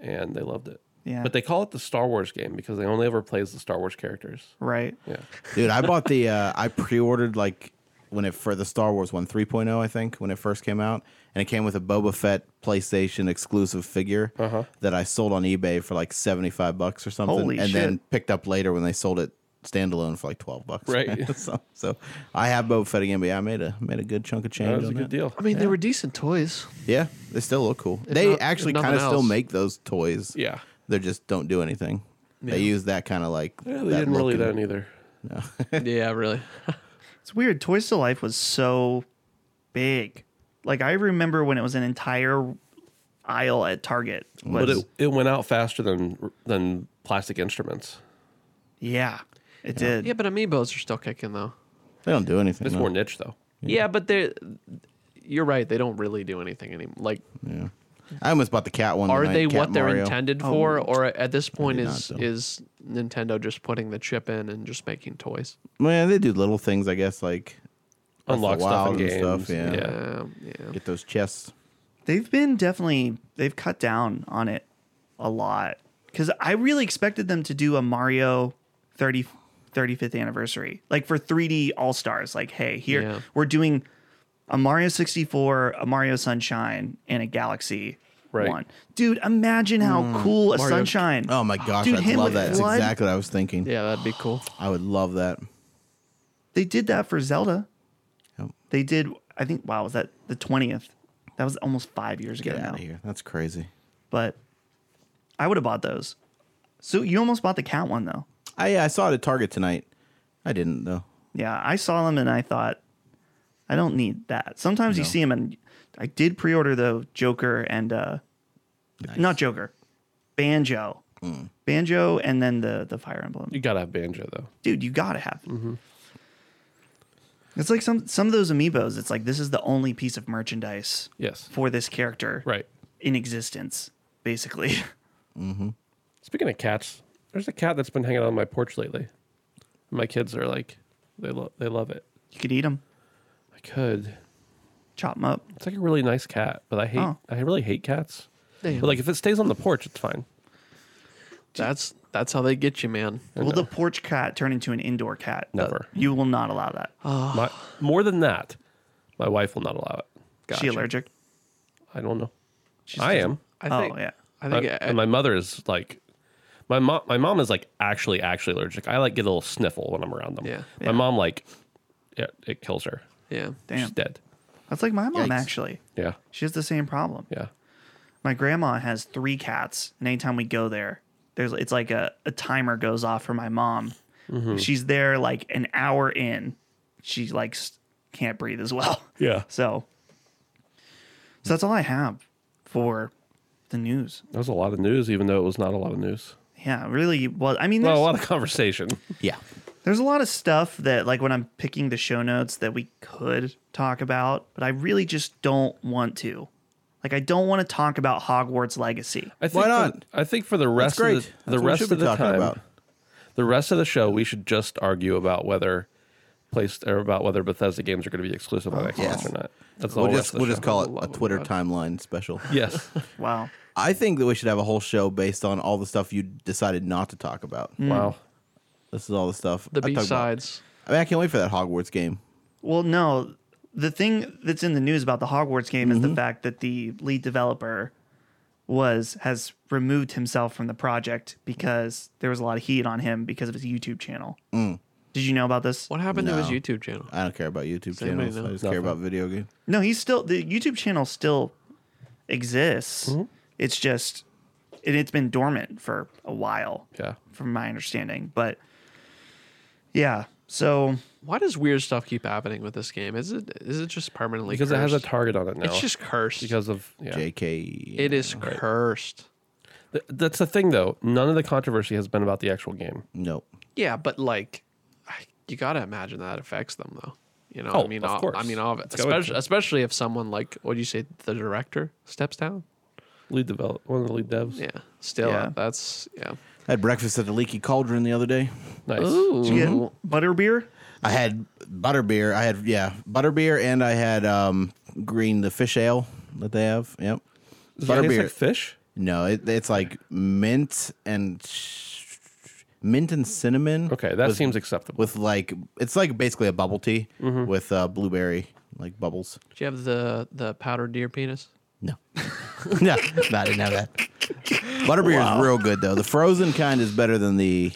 and they loved it. Hmm. Yeah. but they call it the Star Wars game because they only ever plays the Star Wars characters. right Yeah, Dude, I bought the uh, I pre-ordered like when it for the Star Wars one 3.0 I think when it first came out and it came with a Boba Fett PlayStation exclusive figure that I sold on eBay for like 75 bucks or something Holy and then shit. picked up later when they sold it standalone for like 12 bucks. Right. so, [laughs] so I have Boba Fett again but yeah, I made a made a good chunk of that change was a on good that. deal. I mean, they were decent toys. Yeah, they still look cool. they not- if actually nothing kind of still else. make those toys. Yeah, They just don't do anything. They use that kind of like yeah they that didn't really look and- then either. [laughs] yeah, really. it's weird toys to life was so big like i remember when it was an entire aisle at target was, But it, it went out faster than than plastic instruments. yeah it did Yeah, but amiibos are still kicking though. They don't do anything. It's no. more niche though. Yeah, but they're. You're right. They don't really do anything anymore. Like, I almost bought the cat one. are tonight, they Cat what they're Mario. intended for, or at this point did not, is though. is Nintendo just putting the chip in and just making toys? Well, yeah, they do little things, I guess, like Breath of the Unlock stuff Wild in games. yeah. yeah. Um, yeah. get those chests. they've been definitely they've cut down on it a lot because i really expected them to do a mario 30 35th anniversary like for 3d all stars like hey here Yeah. we're doing a mario 64 a mario sunshine and a galaxy Right. one dude imagine how cool a Mario- sunshine Oh my gosh, Dude, I'd him love with that. It's blood. exactly what I was thinking. Yeah, that'd be cool. I would love that. they did that for zelda Yep. they did i think wow was that the 20th that was almost five years ago Get now out of here. That's crazy. but I would have bought those. So you almost bought the cat one though. I I saw it at Target tonight. I didn't though. Yeah, I saw them and I thought, I don't need that. Sometimes you see them and I did pre-order though Joker and uh, not Joker, Banjo, Banjo, and then the the Fire Emblem. You gotta have banjo though. Dude, you gotta have. it. It's like some some of those amiibos. It's like this is the only piece of merchandise Yes. for this character Right. in existence, basically. [laughs] Speaking of cats, there's a cat that's been hanging on my porch lately. My kids are like, they love they love it. you could eat them, I could. chop them up. It's like a really nice cat, but I hate Oh. I really hate cats. They- But like if it stays on the porch, it's fine. That's that's how they get you, man. Will the porch cat turn into an indoor cat? Uh, Never. You will not allow that. My, more than that, my wife will not allow it. She allergic? I don't know. I am. I Oh, think, yeah. I My- think I- and my mother is like, my mom. My mom is like actually actually allergic. I like get a little sniffle when I'm around them. Yeah. My mom like, it, it kills her. yeah. Damn. She's dead. That's like my mom Yikes. actually. Yeah. She has the same problem. Yeah. My grandma has three cats, and anytime we go there, there's it's like a, a timer goes off for my mom. Mm-hmm. She's there like an hour in, she like s- can't breathe as well. [laughs] Yeah. So, so that's all I have for the news. That was a lot of news, even though it was not a lot of news. Yeah, really. Well, I mean, Well, there's, a lot of conversation. Yeah. there's a lot of stuff that like when I'm picking the show notes that we could talk about, but I really just don't want to. Like, I don't want to talk about Hogwarts Legacy. I think [laughs] Why for- not? I think for the That's rest great. of That's the, what the we rest should of be the talking time, about. the rest of the show, we should just argue about whether placed or about whether Bethesda games are going to be exclusive on Xbox yes. or not. That's the We'll whole just rest of we'll the just show. call it Love a it, Twitter God. timeline special. [laughs] Yes. Wow. I think that we should have a whole show based on all the stuff you decided not to talk about. Wow. This is all the stuff. The I B talked about- sides. I mean, I can't wait for that Hogwarts game. Well, no. The thing that's in the news about the Hogwarts game is the fact that the lead developer was has removed himself from the project because there was a lot of heat on him because of his YouTube channel. Did you know about this? What happened to his No. YouTube channel? I don't care about YouTube anybody channels. I know? just care about video games. No, he's still the YouTube channel still exists. It's just it, it's been dormant for a while, Yeah. from my understanding. But yeah, so Why does weird stuff keep happening with this game? Is it is it just permanently Because it cursed? has a target on it now. It's just cursed. because of yeah. JK. it is cursed. Th- That's the thing, though. None of the controversy has been about the actual game. Nope. Yeah, but like, I- you gotta imagine that affects them though. You know, I Oh, mean, of ob- I course. mean, ob- It's gotta- especially especially if someone like what do you say, the director steps down. Lead develop one of the lead devs. Yeah, still, Yeah. uh, that's yeah. I had breakfast at the Leaky Cauldron the other day. Nice. did you get butterbeer? I had butterbeer. I had yeah, butterbeer, and I had um, green the fish ale that they have. Yep, Does it taste butterbeer. like fish? no, it, it's like mint and sh- mint and cinnamon. Okay, that with, seems Mm-hmm. acceptable. with like it's like basically a bubble tea with uh, blueberry like bubbles. Do you have the the powdered deer penis? [laughs] No, no, no, I didn't have that. Butterbeer is real good though. The frozen kind is better than the.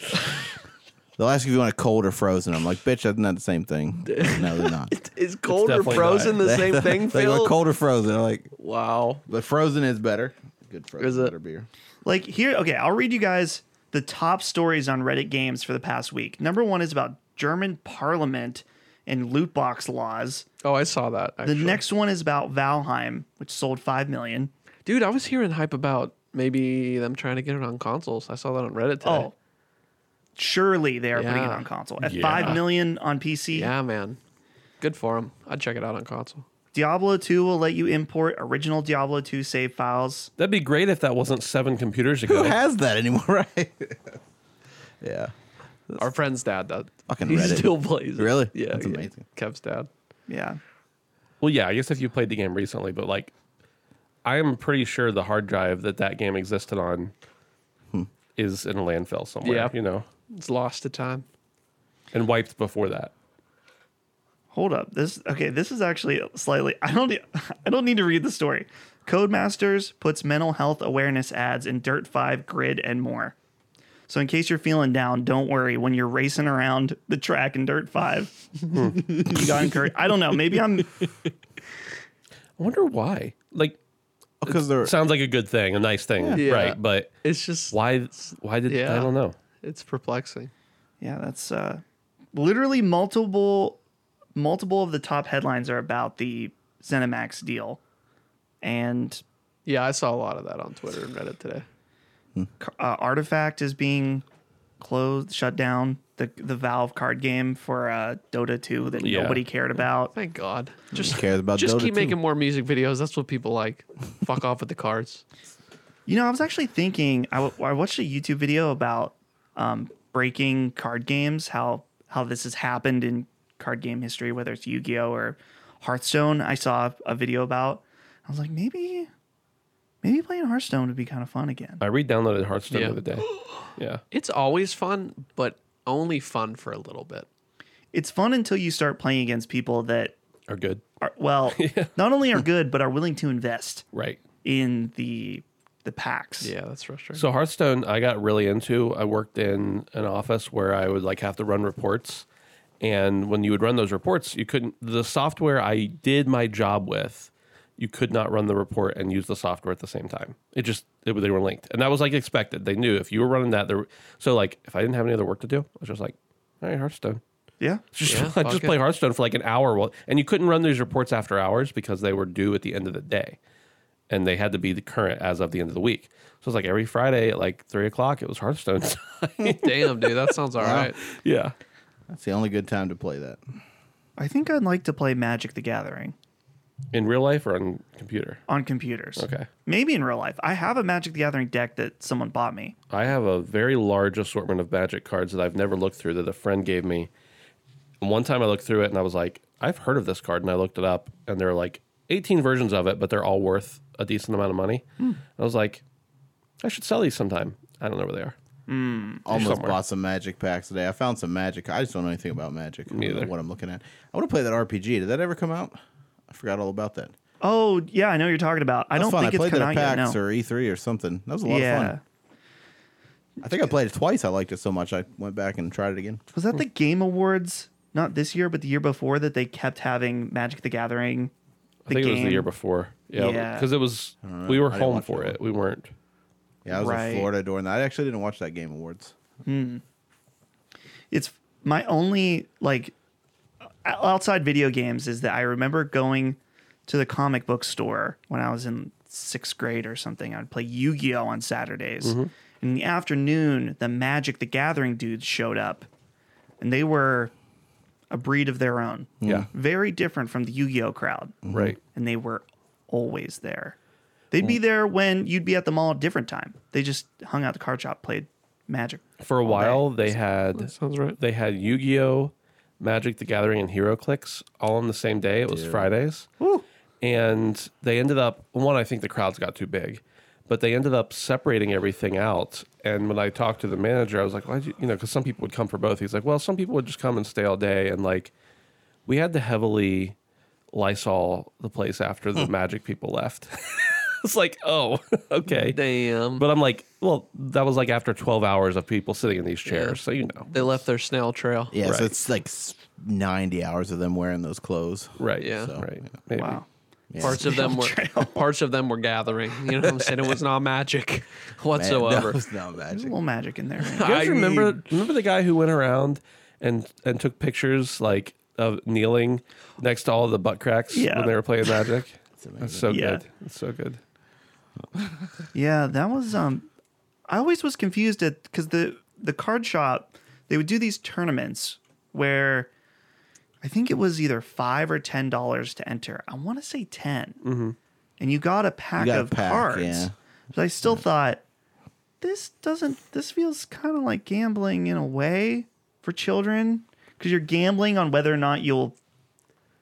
They'll ask if you want it cold or frozen. I'm like, bitch, that's not the same thing. No, they're [laughs] not. Is cold or definitely frozen the [laughs] same thing, They go Phil? cold or frozen. I'm like, Wow. But frozen is better. Good frozen Is it? butter beer. Like here, okay, I'll read you guys the top stories on Reddit games for the past week. Number one is about German parliament and loot box laws. Oh, I saw that. The Actually. next one is about Valheim, which sold five million. dude, I was hearing hype about maybe them trying to get it on consoles. I saw that on Reddit today. Oh, surely they are putting it Yeah. on console at Yeah. five million on PC. yeah, man. Good for them. I'd check it out on console. Diablo 2 will let you import original Diablo 2 save files. That'd be great if that wasn't seven computers ago. Who has that anymore, [laughs] right? yeah. Our friend's dad does. Fucking he Reddit. still plays. it. Really? Yeah, That's yeah. amazing. Kev's dad. Yeah. well, yeah, I guess if you played the game recently, but like, I am pretty sure the hard drive that that game existed on is in a landfill somewhere. Hmm. Yeah. you know, It's lost to time. and wiped before that. Hold up. This okay, this is actually slightly I don't [laughs] I don't need to read the story. Codemasters puts mental health awareness ads in Dirt 5 grid and more. So in case you're feeling down, don't worry when you're racing around the track in Dirt [laughs] 5. you got encouraged. I don't know. Maybe I'm I wonder why. Like, because they're Sounds like a good thing, a nice thing, Yeah. right? But It's just why? Why did Yeah. I don't know? it's perplexing. Yeah, that's uh, literally multiple multiple of the top headlines are about the ZeniMax deal, and Yeah, I saw a lot of that on Twitter and Reddit today. uh, Artifact is being closed, shut down. The the Valve card game for uh, Dota 2 that Yeah. nobody cared about. Thank God. Just cares about just Dota keep 2. making more music videos. That's what people like. Fuck off with the cards. You know, I was actually thinking. I, w- I watched a YouTube video about um, breaking card games. How how this has happened in card game history, whether it's Yu Gi Oh or Hearthstone. I saw a video about. I was like, maybe, maybe playing Hearthstone would be kind of fun again. I re-downloaded Hearthstone Yeah. the other day. [gasps] Yeah, It's always fun, but only fun for a little bit. It's fun until you start playing against people that are good, are well, not only are good but are willing to invest right? in the the packs. Yeah, that's frustrating. So Hearthstone, I got really into. I worked in an office where I would like have to run reports, and when you would run those reports, you couldn't. The software I did my job with, you could not run the report and use the software at the same time. It just it, they were linked, and that was like expected. They knew if you were running that, there. So like, if I didn't have any other work to do, I was just like, all right, Hearthstone. yeah. Just, [laughs] Yeah, just fuck play it. Hearthstone for like an hour, while, and you couldn't run these reports after hours because they were due at the end of the day, and they had to be the current as of the end of the week. So it's like every Friday at like three o'clock, it was Hearthstone. [laughs] time. [laughs] Damn, dude, that sounds all right. yeah, That's the only good time to play that. I think I'd like to play Magic: The Gathering in real life or on computer. on computers. Okay, Maybe in real life. I have a Magic: The Gathering deck that someone bought me. I have a very large assortment of Magic cards that I've never looked through that a friend gave me. And one time I looked through it and I was like, I've heard of this card, and I looked it up, and there are like 18 versions of it, but they're all worth a decent amount of money. Hmm. I was like, I should sell these sometime. I don't know where they are. Almost somewhere. bought some magic packs today. I found some magic. I just don't know anything about magic. I don't know either. what I'm looking at. I want to play that RPG. Did that ever come out? I forgot all about that. Oh yeah, I know what you're talking about. I That's don't fun. think I it's played come out that at yet. PAX No. or E3 or something. That was a lot of Yeah. fun. I think I played it twice. I liked it so much I went back and tried it again. Was that the Hmm. Game Awards? Not this year, but the year before that they kept having Magic: The Gathering. I think it was game? the year before. Yeah, Yeah. because it was we were I didn't home watch for that it. We weren't. Yeah, I was Right. in Florida during that. I actually didn't watch that Game Awards. it's my only like o- outside video games is that I remember going to the comic book store when I was in sixth grade or something. I'd play Yu Gi Oh on Saturdays. In the afternoon, the Magic the Gathering dudes showed up, and they were a breed of their own. Yeah, Mm. Very different from the Yu Gi Oh crowd, Mm-hmm. right. and they were always there. They'd be there when you'd be at the mall at a different time. They just hung out at the card shop, played Magic. For a while, they had Sounds right. they had Yu Gi Oh, Magic the Gathering, and Hero Clicks all on the same day. It was Fridays, and they ended up one. I think the crowds got too big, but they ended up separating everything out. And when I talked to the manager, I was like, "Why?" You, you know, because some people would come for both. He's like, "Well, some people would just come and stay all day, and like, we had to heavily Lysol the place after the Magic people left." [laughs] it's like, oh, [laughs] okay. Damn. But I'm like, well, that was like after 12 hours of people sitting in these chairs, so you know. they left their snail trail. Yeah, Right. so it's like s- 90 hours of them wearing those clothes. Right. Yeah. So, right. Maybe. Wow. Parts of them were Trail. [laughs] parts of them were gathering. You know what I'm saying? It was not [laughs] magic Man, [laughs] [laughs] whatsoever. that was not There's a magic. little magic in there. man. You guys I remember remember the guy who went around and and took pictures like of kneeling next to all the butt cracks Yeah. when they were playing Magic? That's so Yeah. good. That's so good. Yeah, that was um I always was confused at cuz the the card shop they would do these tournaments where I think it was either 5 or 10 dollars to enter. I want to say 10. And you got a pack Mm-hmm. got a of pack, cards. yeah. But I still thought this doesn't this feels kind of like gambling in a way for children cuz you're gambling on whether or not you'll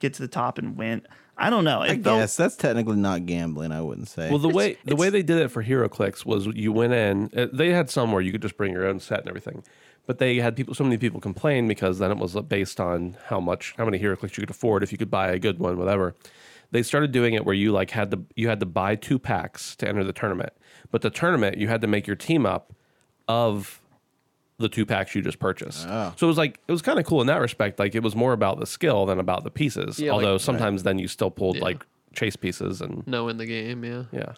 get to the top and win. I don't know. It I felt guess that's technically not gambling, I wouldn't say. Well, the [laughs] way the way they did it for HeroClix was you went in. uh, They had somewhere you could just bring your own set and everything, but they had people. So many people complain because then it was uh, based on how much, how many HeroClix you could afford if you could buy a good one, whatever. They started doing it where you like had to you had to buy two packs to enter the tournament, but the tournament you had to make your team up of the two packs you just purchased. Oh. So it was like it was kind of cool in that respect. Like it was more about the skill than about the pieces. Yeah, like- Although sometimes then you still pulled Yeah. like chase pieces and Knowing the game, yeah. yeah.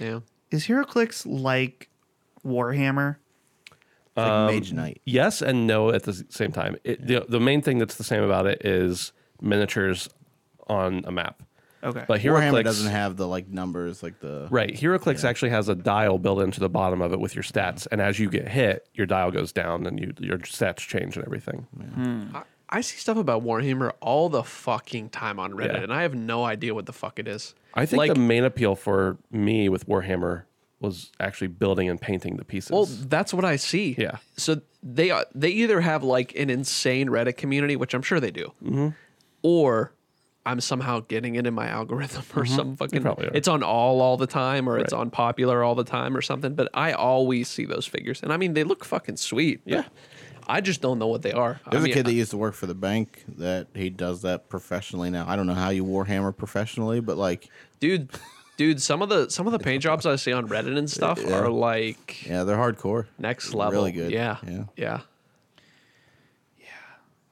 Yeah. Is HeroClix like Warhammer? It's um, like Mage Knight. Yes and no at the s- same time. It, the, the main thing that's the same about it is miniatures on a map. Okay. But Warhammer HeroClix doesn't have the like numbers like the right. HeroClix actually has a dial built into the bottom of it with your stats, and as you get hit, your dial goes down and you, your stats change and everything. I, I see stuff about Warhammer all the fucking time on Reddit, Yeah. and I have no idea what the fuck it is. I think like, the main appeal for me with Warhammer was actually building and painting the pieces. well, Oh, that's what I see. Yeah. So they are, they either have like an insane Reddit community, which I'm sure they do, Mm-hmm. or I'm somehow getting it in my algorithm or some fucking. Mm-hmm. probably are. It's on all all the time, or it's Right. on popular all the time, or something. But I always see those figures, and I mean they look fucking sweet. but Yeah. I just don't know what they are. There's I mean, a kid that used to work for the bank that he does that professionally now. I don't know how you Warhammer professionally, but like, dude dude some of the some of the paint jobs i see on reddit and stuff are like yeah, they're hardcore. next Really level good. yeah Yeah. yeah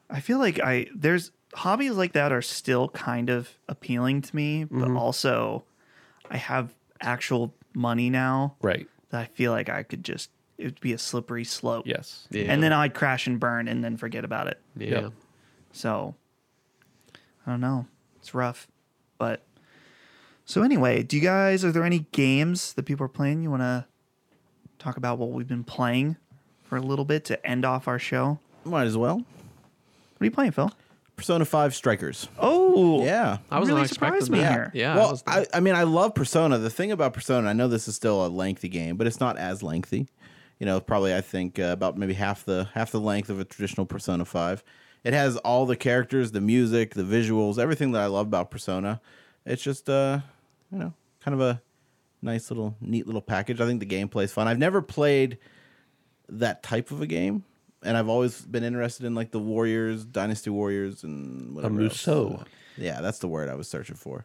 I feel like I there's hobbies like that are still kind of appealing to me, but also I have actual money now right. that I feel like I could just it would be a slippery slope. Yes. yeah And then I'd crash and burn and then forget about it. yeah Yep. So I don't know. It's rough. But so anyway, do you guys are there any games that people are playing? You wanna talk about what we've been playing for a little bit to end off our show? Might as well. What are you playing, Phil? Persona 5 Strikers. Oh Yeah. i was Really not expecting surprised me that. here. yeah I Well, was- I, I mean, I love Persona. The thing about Persona, I know this is still a lengthy game, but it's not as lengthy. You know, probably I think uh, about maybe half the half the length of a traditional Persona Five. It has all the characters, the music, the visuals, everything that I love about Persona. It's just, uh, you know, kind of a nice little, neat little package. I think the gameplay's fun. I've never played that type of a game, and I've always been interested in like the Warriors, Dynasty Warriors, and whatever. Musou. Else. Yeah, that's the word I was searching for.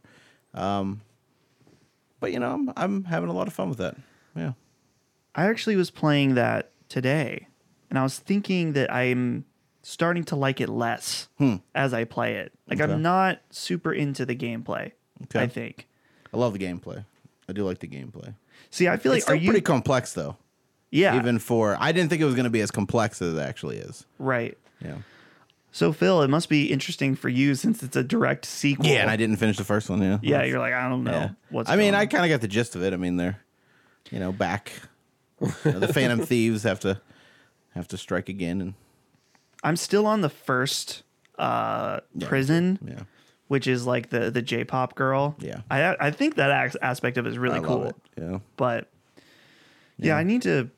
Um, but you know, I'm, I'm having a lot of fun with that. Yeah, I actually was playing that today, and I was thinking that I'm starting to like it less as I play it. Like Hmm. Okay. I'm not super into the gameplay. Okay. I think. I love the gameplay. I do like the gameplay. See, I feel it's like are still you pretty complex though. yeah Even for I didn't think it was going to be as complex as it actually is. right. Yeah. So Phil, it must be interesting for you since it's a direct sequel. Yeah, and I didn't finish the first one. Yeah. Yeah, you're like I don't know Yeah. what's. I mean, going I on. kind of got the gist of it. I mean, they're, you know, back. You know, the [laughs] Phantom Thieves have to have to strike again, and I'm still on the first uh, prison. yeah, Which is like the the J-pop girl. Yeah. I I think that as- aspect of it is really I cool. love it. Yeah. but yeah, I need to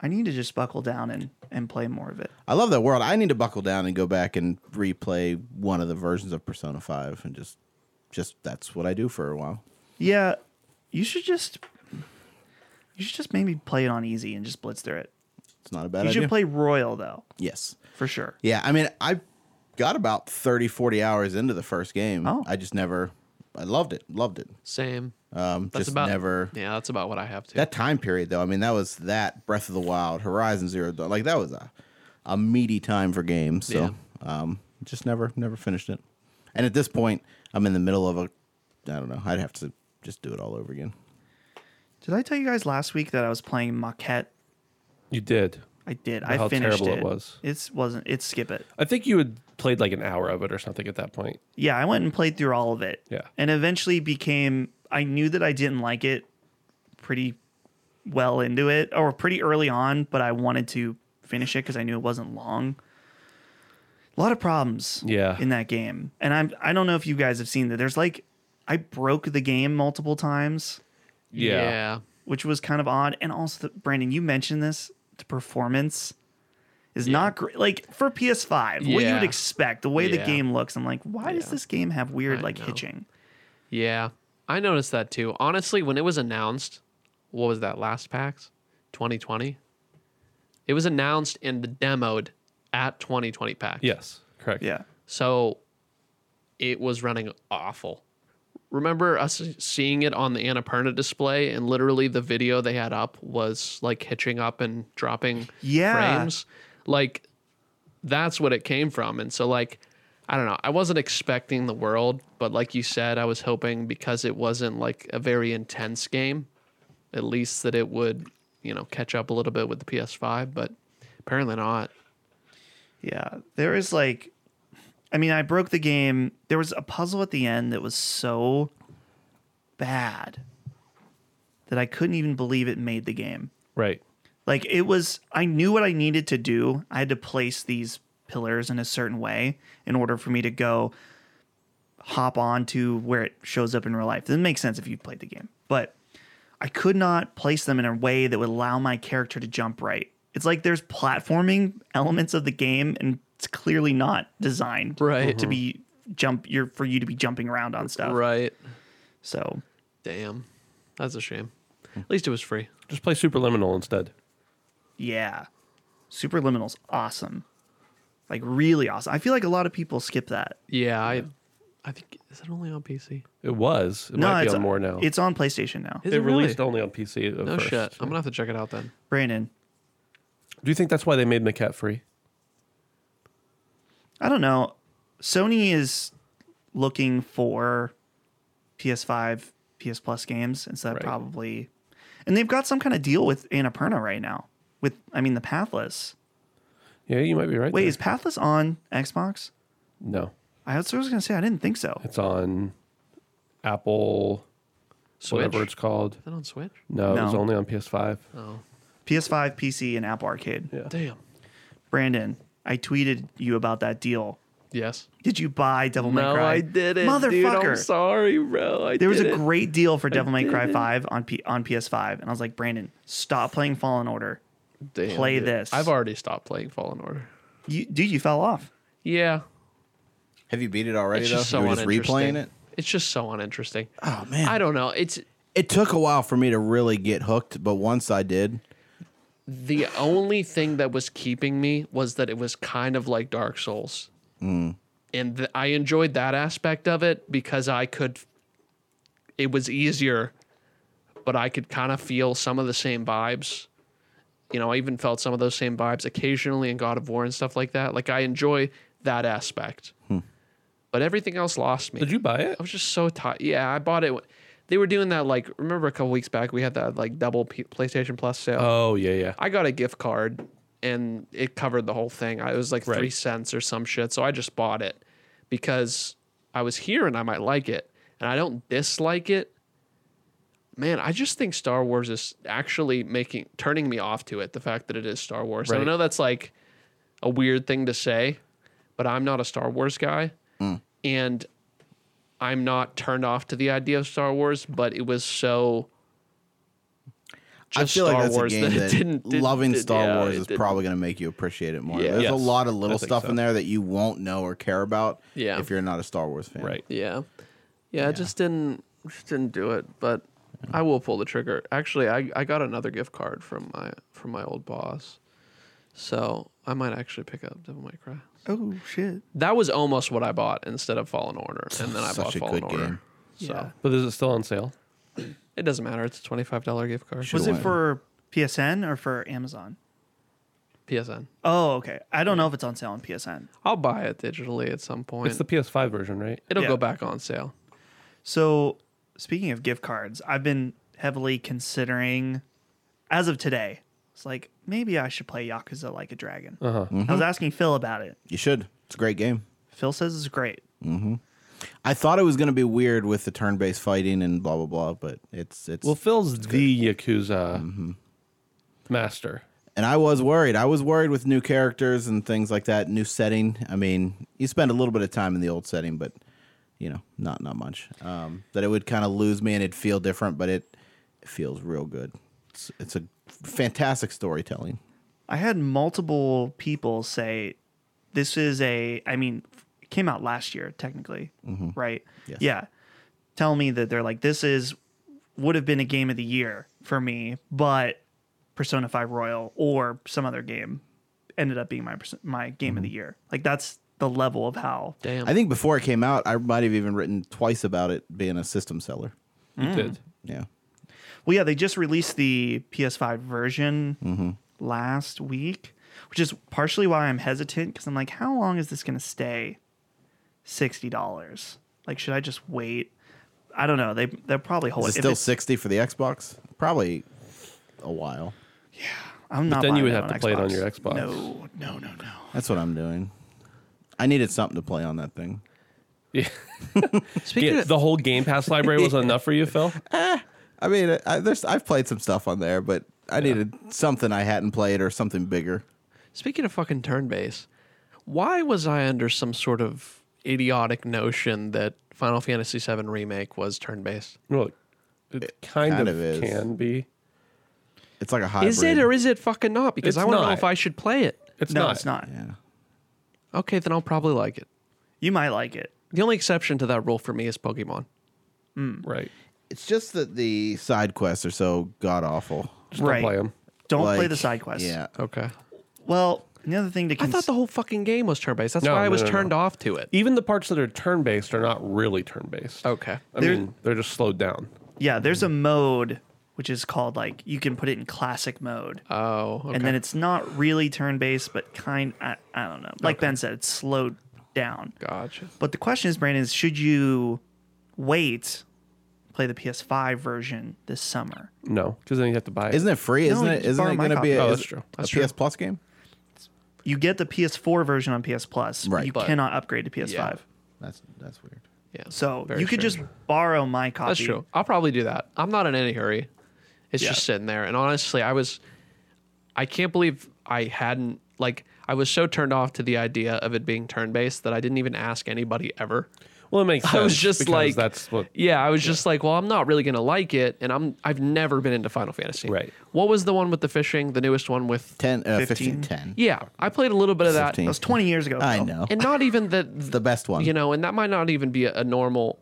I need to just buckle down and and play more of it. I love that world. I need to buckle down and go back and replay one of the versions of Persona Five, and just, just that's what I do for a while. Yeah, you should just you should just maybe play it on easy and just blitz through it. It's not a bad You idea. should play Royal though, yes. for sure. Yeah. I mean, I got about 30, 40 hours into the first game. Oh. I just never. I loved it. Loved it. same Um, that's just about never. yeah that's about what i have to That time period, though, I mean, that was that Breath of the Wild, Horizon Zero Dawn. Like that was a, a meaty time for games. So, um, just never, never finished it. And at this point, I'm in the middle of a, I don't know. I'd have to just do it all over again. Did I tell you guys last week that I was playing Maquette? You did. I did. I How finished terrible it it was. It's wasn't. It's skip it. I think you had played like an hour of it or something at that point. Yeah, I went and played through all of it. Yeah. and eventually became. I knew that I didn't like it, pretty well into it or pretty early on, but I wanted to finish it because I knew it wasn't long. A lot of problems. Yeah. in that game, and I'm. I don't know if you guys have seen that. There's like, I broke the game multiple times yeah which was kind of odd. And also, the, Brandon, you mentioned this. The performance is not great. Like for PS5, what you Yeah. would expect, the way the Yeah. game looks. I'm like, why does Yeah. this game have weird I like know. hitching? yeah i noticed that too honestly when it was announced what was that last pax 2020 it was announced and the demoed at 2020 pax Yes. Correct. Yeah, So it was running awful. Remember us seeing it on the Annapurna display, and literally the video they had up was like hitching up and dropping Yeah. frames. Like that's what it came from. And so, like, I don't know. I wasn't expecting the world, but like you said, I was hoping because it wasn't like a very intense game at least that it would, you know, catch up a little bit with the PS5, but apparently not. Yeah, there is like, I mean, I broke the game. There was a puzzle at the end that was so bad that I couldn't even believe it made the game. Right. Like it was, I knew what I needed to do. I had to place these pillars in a certain way in order for me to go hop on to where it shows up in real life. It makes sense if you played the game, but I could not place them in a way that would allow my character to jump right. It's like there's platforming elements of the game, and it's clearly not designed Right. to be jump. You're for you to be jumping around on stuff. Right. So Damn. That's a shame. At least it was free. Just play Superliminal instead. Yeah. Superliminal's awesome. Like really awesome. I feel like a lot of people skip that. Yeah, I I think is it only on PC? It was. It might be it's on more now. It's on PlayStation now. Is they it really? released only on PC at No first. shit. I'm gonna have to check it out then. Brandon, Do you think that's why they made Maquette free? I don't know. Sony is looking for PS5, PS Plus games, and so that Right. probably and they've got some kind of deal with Annapurna right now. With I mean the Pathless. Yeah, you might be right. Wait, there. is Pathless on Xbox? no, I was I was gonna say I didn't think so. it's on Apple, Switch. whatever it's called. Is that on Switch? No, it was No. only on PS5. Oh. PS5, PC, and Apple Arcade. Yeah. Damn. Brandon, I tweeted you about that deal. Yes. Did you buy Devil May Cry? motherfucker! sorry, bro. I there was a great deal for Devil May Cry Five on P- on PS5, and I was like, Brandon, stop playing Fallen Order. Damn, play dude. this. I've already stopped playing Fallen Order. You, dude, you fell off. Yeah. Have you beat it already It's though? just so you were just uninteresting. replaying it. It's just so uninteresting. Oh man, I don't know. It's it took a while for me to really get hooked, but once I did, the only thing that was keeping me was that it was kind of like Dark Souls. And th- I enjoyed that aspect of it because I could, it was easier, but I could kind of feel some of the same vibes. You know, I even felt some of those same vibes occasionally in God of War and stuff like that. Like, I enjoy that aspect. But everything else lost me. Did you buy it? I was just so tired. Yeah, I bought it. when- They were doing that, like, remember a couple weeks back, we had that, like, double P- PlayStation Plus sale. Oh yeah, yeah. I got a gift card and it covered the whole thing. I, it was like Right. three cents or some shit. So I just bought it because I was here and I might like it. And I don't dislike it. Man, I just think Star Wars is actually making turning me off to it. The fact that it is Star Wars. And I Right. know that's like a weird thing to say, but I'm not a Star Wars guy, Mm. and I'm not turned off to the idea of Star Wars. But it was so. I just feel like Star that's Wars a game it that [laughs] didn't- didn't- loving did- Star yeah, Wars it is didn't- probably going to make you appreciate it more. Yeah. There's Yes, a lot of little think stuff so. in there that you won't know or care about Yeah. if you're not a Star Wars fan. Right. Yeah. Yeah, I just didn't just didn't do it, but I will pull the trigger. Actually, I, I got another gift card from my from my old boss. So, I might actually pick up Devil May Cry. Oh shit! That was almost what I bought instead of Fallen Order, and then I bought Such a Fallen good Order. game. So, Yeah. But is it still on sale? it doesn't matter. It's a $25 gift card. Was Should've it went. for PSN or for Amazon? PSN. Oh, okay. I don't know if it's on sale on PSN. I'll buy it digitally at some point. It's the PS5 version, right? It'll Yeah. go back on sale. So, speaking of gift cards, I've been heavily considering, as of today, it's like maybe I should play Yakuza Like a Dragon. Uh-huh. I was asking Phil about it. You should. It's a great game. Phil says it's great. I thought it was going to be weird with the turn-based fighting and blah blah blah, but it's it's Well, Phil's the Yakuza Mm-hmm. master. and I was worried. I was worried with new characters and things like that, new setting. I mean, you spend a little bit of time in the old setting, but you know, not not much. Um, that it would kind of lose me and it'd feel different, but it, it feels real good. It's, it's a fantastic storytelling. I had multiple people say this is a I mean it came out last year technically, right? Yes. Yeah. Tell me that they're like this is would have been a game of the year for me, but Persona 5 Royal or some other game ended up being my pers- my game of the year. Like that's the level of how Damn. I think before it came out, I might have even written twice about it being a system seller. You did. Yeah. Well, yeah, they just released the PS5 version last week, which is partially why I'm hesitant because I'm like, how long is this going to stay $60? Like, should I just wait? I don't know. They they'll probably hold it. Is it If still it's- sixty for the Xbox? Probably a while. I'm not. then buying you would it have to play it on your Xbox. No, no, no, no. That's what I'm doing. I needed something to play on that thing. Yeah, Speaking of the whole Game Pass library was enough for you, Phil. I mean, I, there's I've played some stuff on there, but I needed something I hadn't played or something bigger. speaking of fucking turn base, why was I under some sort of idiotic notion that Final Fantasy VII remake was turn based? Well, it, kind, kind of, of is. can be. It's like a hybrid. Is it or is it fucking not? Because It's I want to know not. if I should play it. It's no, not. it's not. yeah. Okay, then I'll probably like it. You might like it. The only exception to that rule for me is Pokemon. right. It's just that the side quests are so god awful. Just right. right. Don't play 'em. Don't play Like, the side quests. Yeah. Okay. Well, another thing to I consider. thought the whole fucking game was turn based. That's No, why I no, was no, no. turned off to it. Even the parts that are turn based are not really turn based. Okay. I There- mean, they're just slowed down. yeah, there's a mode which is called like you can put it in classic mode. Oh, okay. and then it's not really turn based, but kind. I, I don't know. Like Ben said, it's slowed down. gotcha. But the question is, Brandon, is should you wait, play the PS5 version this summer? No, because then you have to buy it. Isn't it free? Isn't you it? just Isn't borrow it my going to copy. be a, Oh, is- that's true. a PS Plus game? You get the PS4 version on PS Plus. Right. You But- cannot upgrade to PS5. Yeah. That's that's weird. Yeah. So Very you could strange. just borrow my copy. That's true. I'll probably do that. I'm not in any hurry. It's Yeah. just sitting there. And honestly, I was I can't believe I hadn't like I was so turned off to the idea of it being turn based that I didn't even ask anybody ever. Well, it makes sense. I was just because like that's what. Yeah, I was just like, well, I'm not really gonna like it, and I'm I've never been into Final Fantasy. Right. What was the one with the fishing? The newest one with 10, uh, 15, 15. 10. Yeah, I played a little bit of that, That was 20 years ago. I Phil. know. and not even that. the best one. You know, and that might not even be a, a normal.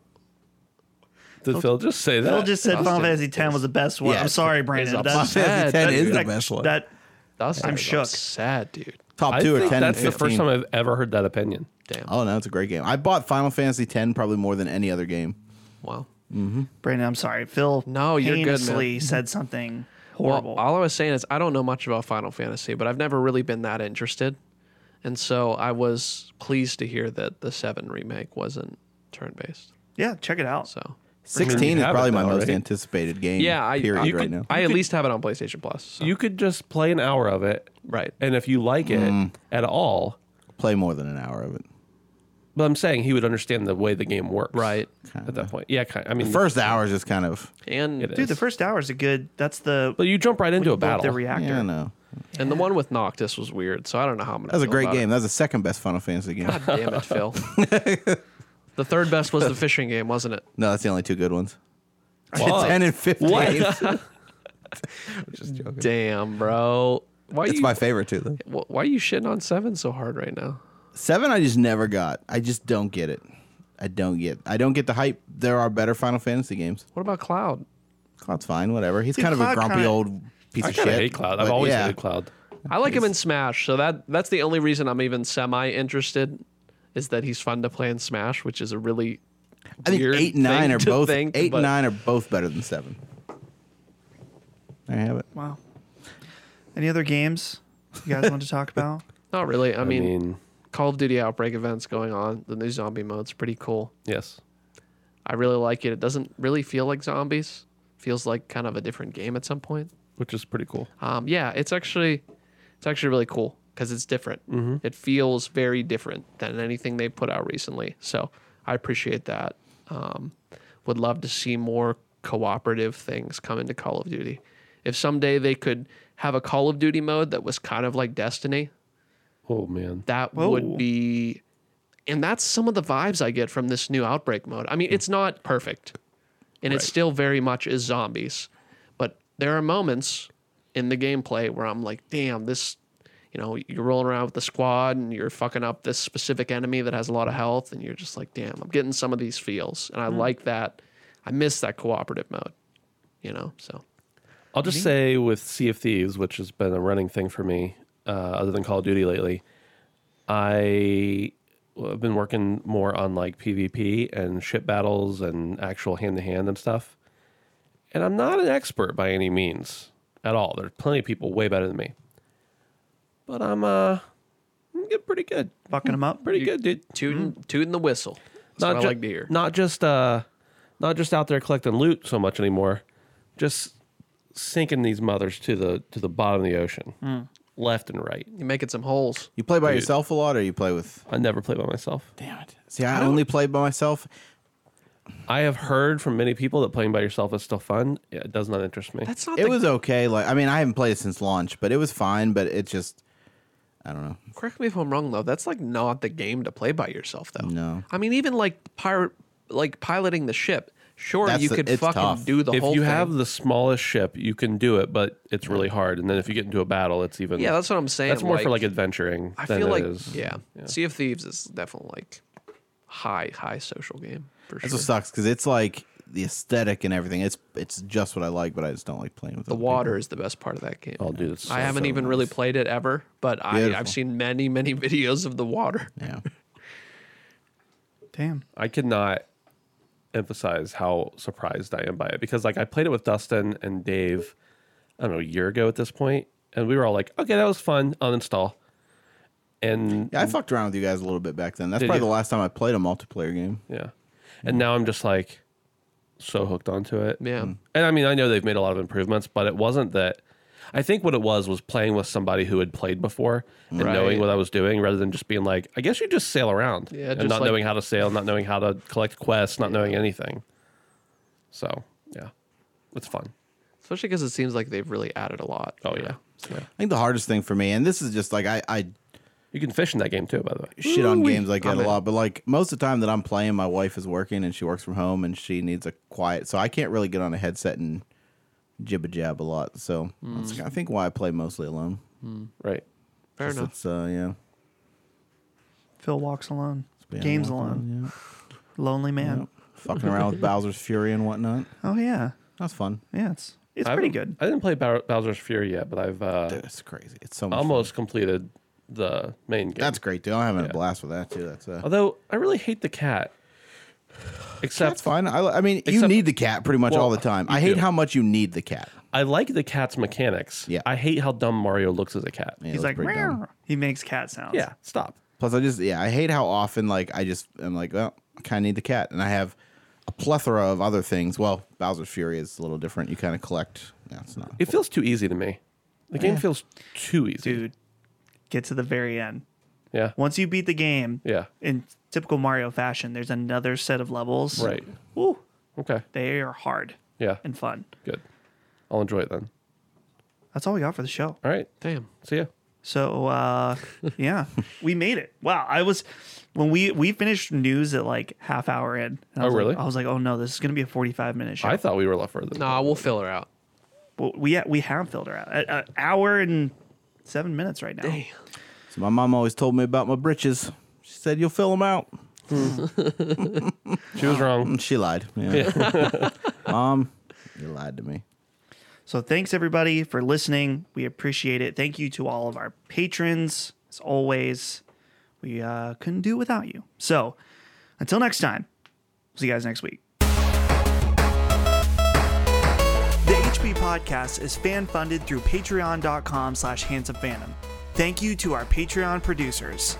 Did Phil just say that? Phil just said Final Fantasy X was the best one. Yeah, I'm it's- sorry, it's Brandon. uh, up- Final That's, Final Fantasy Sad. Ten is the that- best one. That That's I'm shook. Sad, dude. Top I two or think ten. that's and 15. the first time I've ever heard that opinion. Damn. Oh no, it's a great game. I bought Final Fantasy X probably more than any other game. Wow. Brandon, I'm sorry. Phil No, you're good, man. heinously said something horrible. Well, all I was saying is I don't know much about Final Fantasy, but I've never really been that interested, and so I was pleased to hear that the Seven remake wasn't turn based. yeah, check it out. So Sixteen is have it probably my now, most right? anticipated game. yeah, I period I, right now. I at least have it on PlayStation Plus. so- You could just play an hour of it, right. and if you like it at all, Play more than an hour of it. but I'm saying he would understand the way the game works, Right. At that point, yeah. Kind I Mm. mean, First hour is just kind of And It Dude, the is. first hour is a good. That's the but you jump right into a battle. the reactor. yeah, no. and the one with Noctis was weird, so I don't know how I'm gonna That was a feel great about it. game. That was the second best Final Fantasy game. God [laughs] damn [laughs] it, Phil. the third best was the fishing game, wasn't [laughs] it? No, that's the only two good [laughs] ones. Wow. Ten and fifteen. [laughs] Damn, bro. Why It's you my favorite too, though. wh- why you shitting on seven so hard right now? Seven, I just never got. I just don't get it. I don't get. I don't get the hype. There are better Final Fantasy games. What about Cloud? Cloud's fine, whatever. He's Dude, kind of a Cloud grumpy kinda- old piece I of kind shit. of hate Cloud. I've but always yeah. hated Cloud. I like him in Smash, so that that's the only reason I'm even semi interested is that he's fun to play in Smash, which is a really I think weird eight and nine thing are to both think, eight but- and nine are both better than seven. There you have it. Wow. Any other games you guys want to talk [laughs] about? not really. I I mean, mean, Call of Duty Outbreak events going on. The new zombie mode's pretty cool. yes. I really like it. It doesn't really feel like zombies. Feels like kind of a different game at some point. which is pretty cool. Um, yeah, it's actually it's actually really cool because it's different. It feels very different than anything they put out recently. So I appreciate that. Um, would love to see more cooperative things come into Call of Duty. If someday they could have a Call of Duty mode that was kind of like Destiny, Oh man, that Whoa. would be. And that's some of the vibes I get from this new outbreak mode. I mean, it's not perfect, and it still very much is zombies, but there are moments in the gameplay where I'm like, damn, this, you know, you're rolling around with the squad and you're fucking up this specific enemy that has a lot of health, and you're just like, damn, I'm getting some of these feels, and I like that. I miss that cooperative mode, you know. So I'll just say with Sea of Thieves, which has been a running thing for me, uh, other than Call of Duty lately, I have been working more on like PvP and ship battles and actual hand to hand and stuff. And I'm not an expert by any means at all. There's plenty of people way better than me, but I'm uh, I'm getting pretty good, Fucking them up. pretty good, dude. tooting, tooting the whistle. That's what ju- I like to hear. Not just uh, not just out there collecting loot so much anymore, just sinking these mothers to the to the bottom of the ocean, Hmm. left and right. You making some holes. You play by yourself a lot, or you play with? I never play by myself. Damn it! See, I, only play by myself. I have heard from many people that playing by yourself is still fun. Yeah, It does not interest me. That's not. It the, was okay. Like, I mean, I haven't played it since launch, but it was fine. But it just, I don't know. Correct me if I'm wrong though. That's like not the game to play by yourself though. No. I mean, even like pirate, like piloting the ship. Sure, That's you the- could it's fucking tough. do the if whole you thing. have the smallest ship, you can do it, but it's really hard. And then if you get into a battle, it's even yeah, that's what I'm saying. that's more for like adventuring. I than feel it like is- yeah. Sea of Thieves is definitely like high high social game for That's sure. what sucks because it's like the aesthetic and everything. It's it's just what I like, but I just don't like playing with the water is the best part of that game. Oh, dude, it's so, I haven't so even really nice. played it ever, but I, Beautiful. I've seen many many [laughs] videos of the water. Yeah. Damn. I cannot emphasize how surprised I am by it because like I played it with Dustin and Dave, I don't know, a year ago at this point, and we were all like, okay, that was fun, uninstall. And Yeah, I fucked around with you guys a little bit back then. That's Did probably you? the last time I played a multiplayer game. Yeah. And now I'm just like so hooked onto it. Yeah. Hmm. Mm. And I mean, I know they've made a lot of improvements, but it wasn't that. I think what it was was playing with somebody who had played before and Right. knowing what I was doing rather than just being like, I guess you just sail around. Yeah, and just not like- knowing how to sail, not knowing how to collect quests, not knowing anything. So, yeah. It's fun. Especially because it seems like they've really added a lot. Oh, yeah. yeah. I think the hardest thing for me, and this is just like I, I You can fish in that game too, by the way. shit on games like that I'm a in. lot, but like most of the time that I'm playing, my wife is working and she works from home and she needs a quiet, so I can't really get on a headset and jibba jab a lot. So that's, I think why I play mostly alone. Right. Fair Just enough. It's, uh, yeah. Phil walks alone. beyond Games walking alone. alone, Lonely man. Yep. Fucking around with Bowser's Fury and whatnot. Oh yeah. That's fun. Yeah. It's it's I pretty haven't- good. I didn't play Bow- Bowser's Fury yet, but I've uh, Dude, it's crazy. It's so much fun. almost completed the main game. That's great, dude. I'm having Yeah. a blast with that too. That's uh, Although I really hate the cat. Except that's fine. I, I mean, you Except- need the cat pretty much Well, all the time. you I hate do. how much you need the cat. I like the cat's mechanics. Yeah. I hate how dumb Mario looks as a cat. Yeah, He's that's like pretty dumb. "Meow." he makes cat sounds. Yeah, stop. Plus, I just yeah, I hate how often like I just am like, well, I kind of need the cat, and I have a plethora of other things. Well, Bowser's Fury is a little different. You kind of collect. That's not. It feels too easy to me. The game feels too easy. Dude, get to the very end. Yeah. Once you beat the game, Yeah. in typical Mario fashion, there's another set of levels. Right. Woo. Okay. They are hard Yeah. and fun. Good. I'll enjoy it then. That's all we got for the show. All right. Damn. See ya. So [laughs] uh, yeah, we made it. Wow, I was when we we finished news at like half hour in. and I Oh, was like- really? I was like, oh no, this is gonna be a forty five minute show. I thought we were left further. Nah, we'll fill her out. well, we we have filled her out an hour and seven minutes right now. So my mom always told me about my britches. She said you'll fill them out. She was wrong. Mm, She lied. Yeah. [laughs] mom, you lied to me. So thanks everybody for listening. We appreciate it. Thank you to all of our patrons. As always, we uh, couldn't do it without you. So until next time, see you guys next week. The HP Podcast is fan-funded through patreon.com slash handsomephantom. Thank you to our Patreon producers,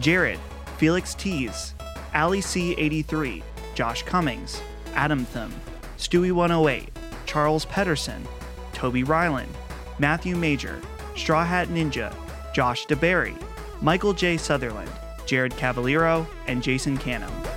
Jared, Felix Tees, Ali C83, Josh Cummings, Adam Thum, Stewie108, Charles Pedersen, Toby Ryland, Matthew Major, Straw Hat Ninja, Josh DeBerry, Michael J. Sutherland, Jared Cavallero, and Jason Canham.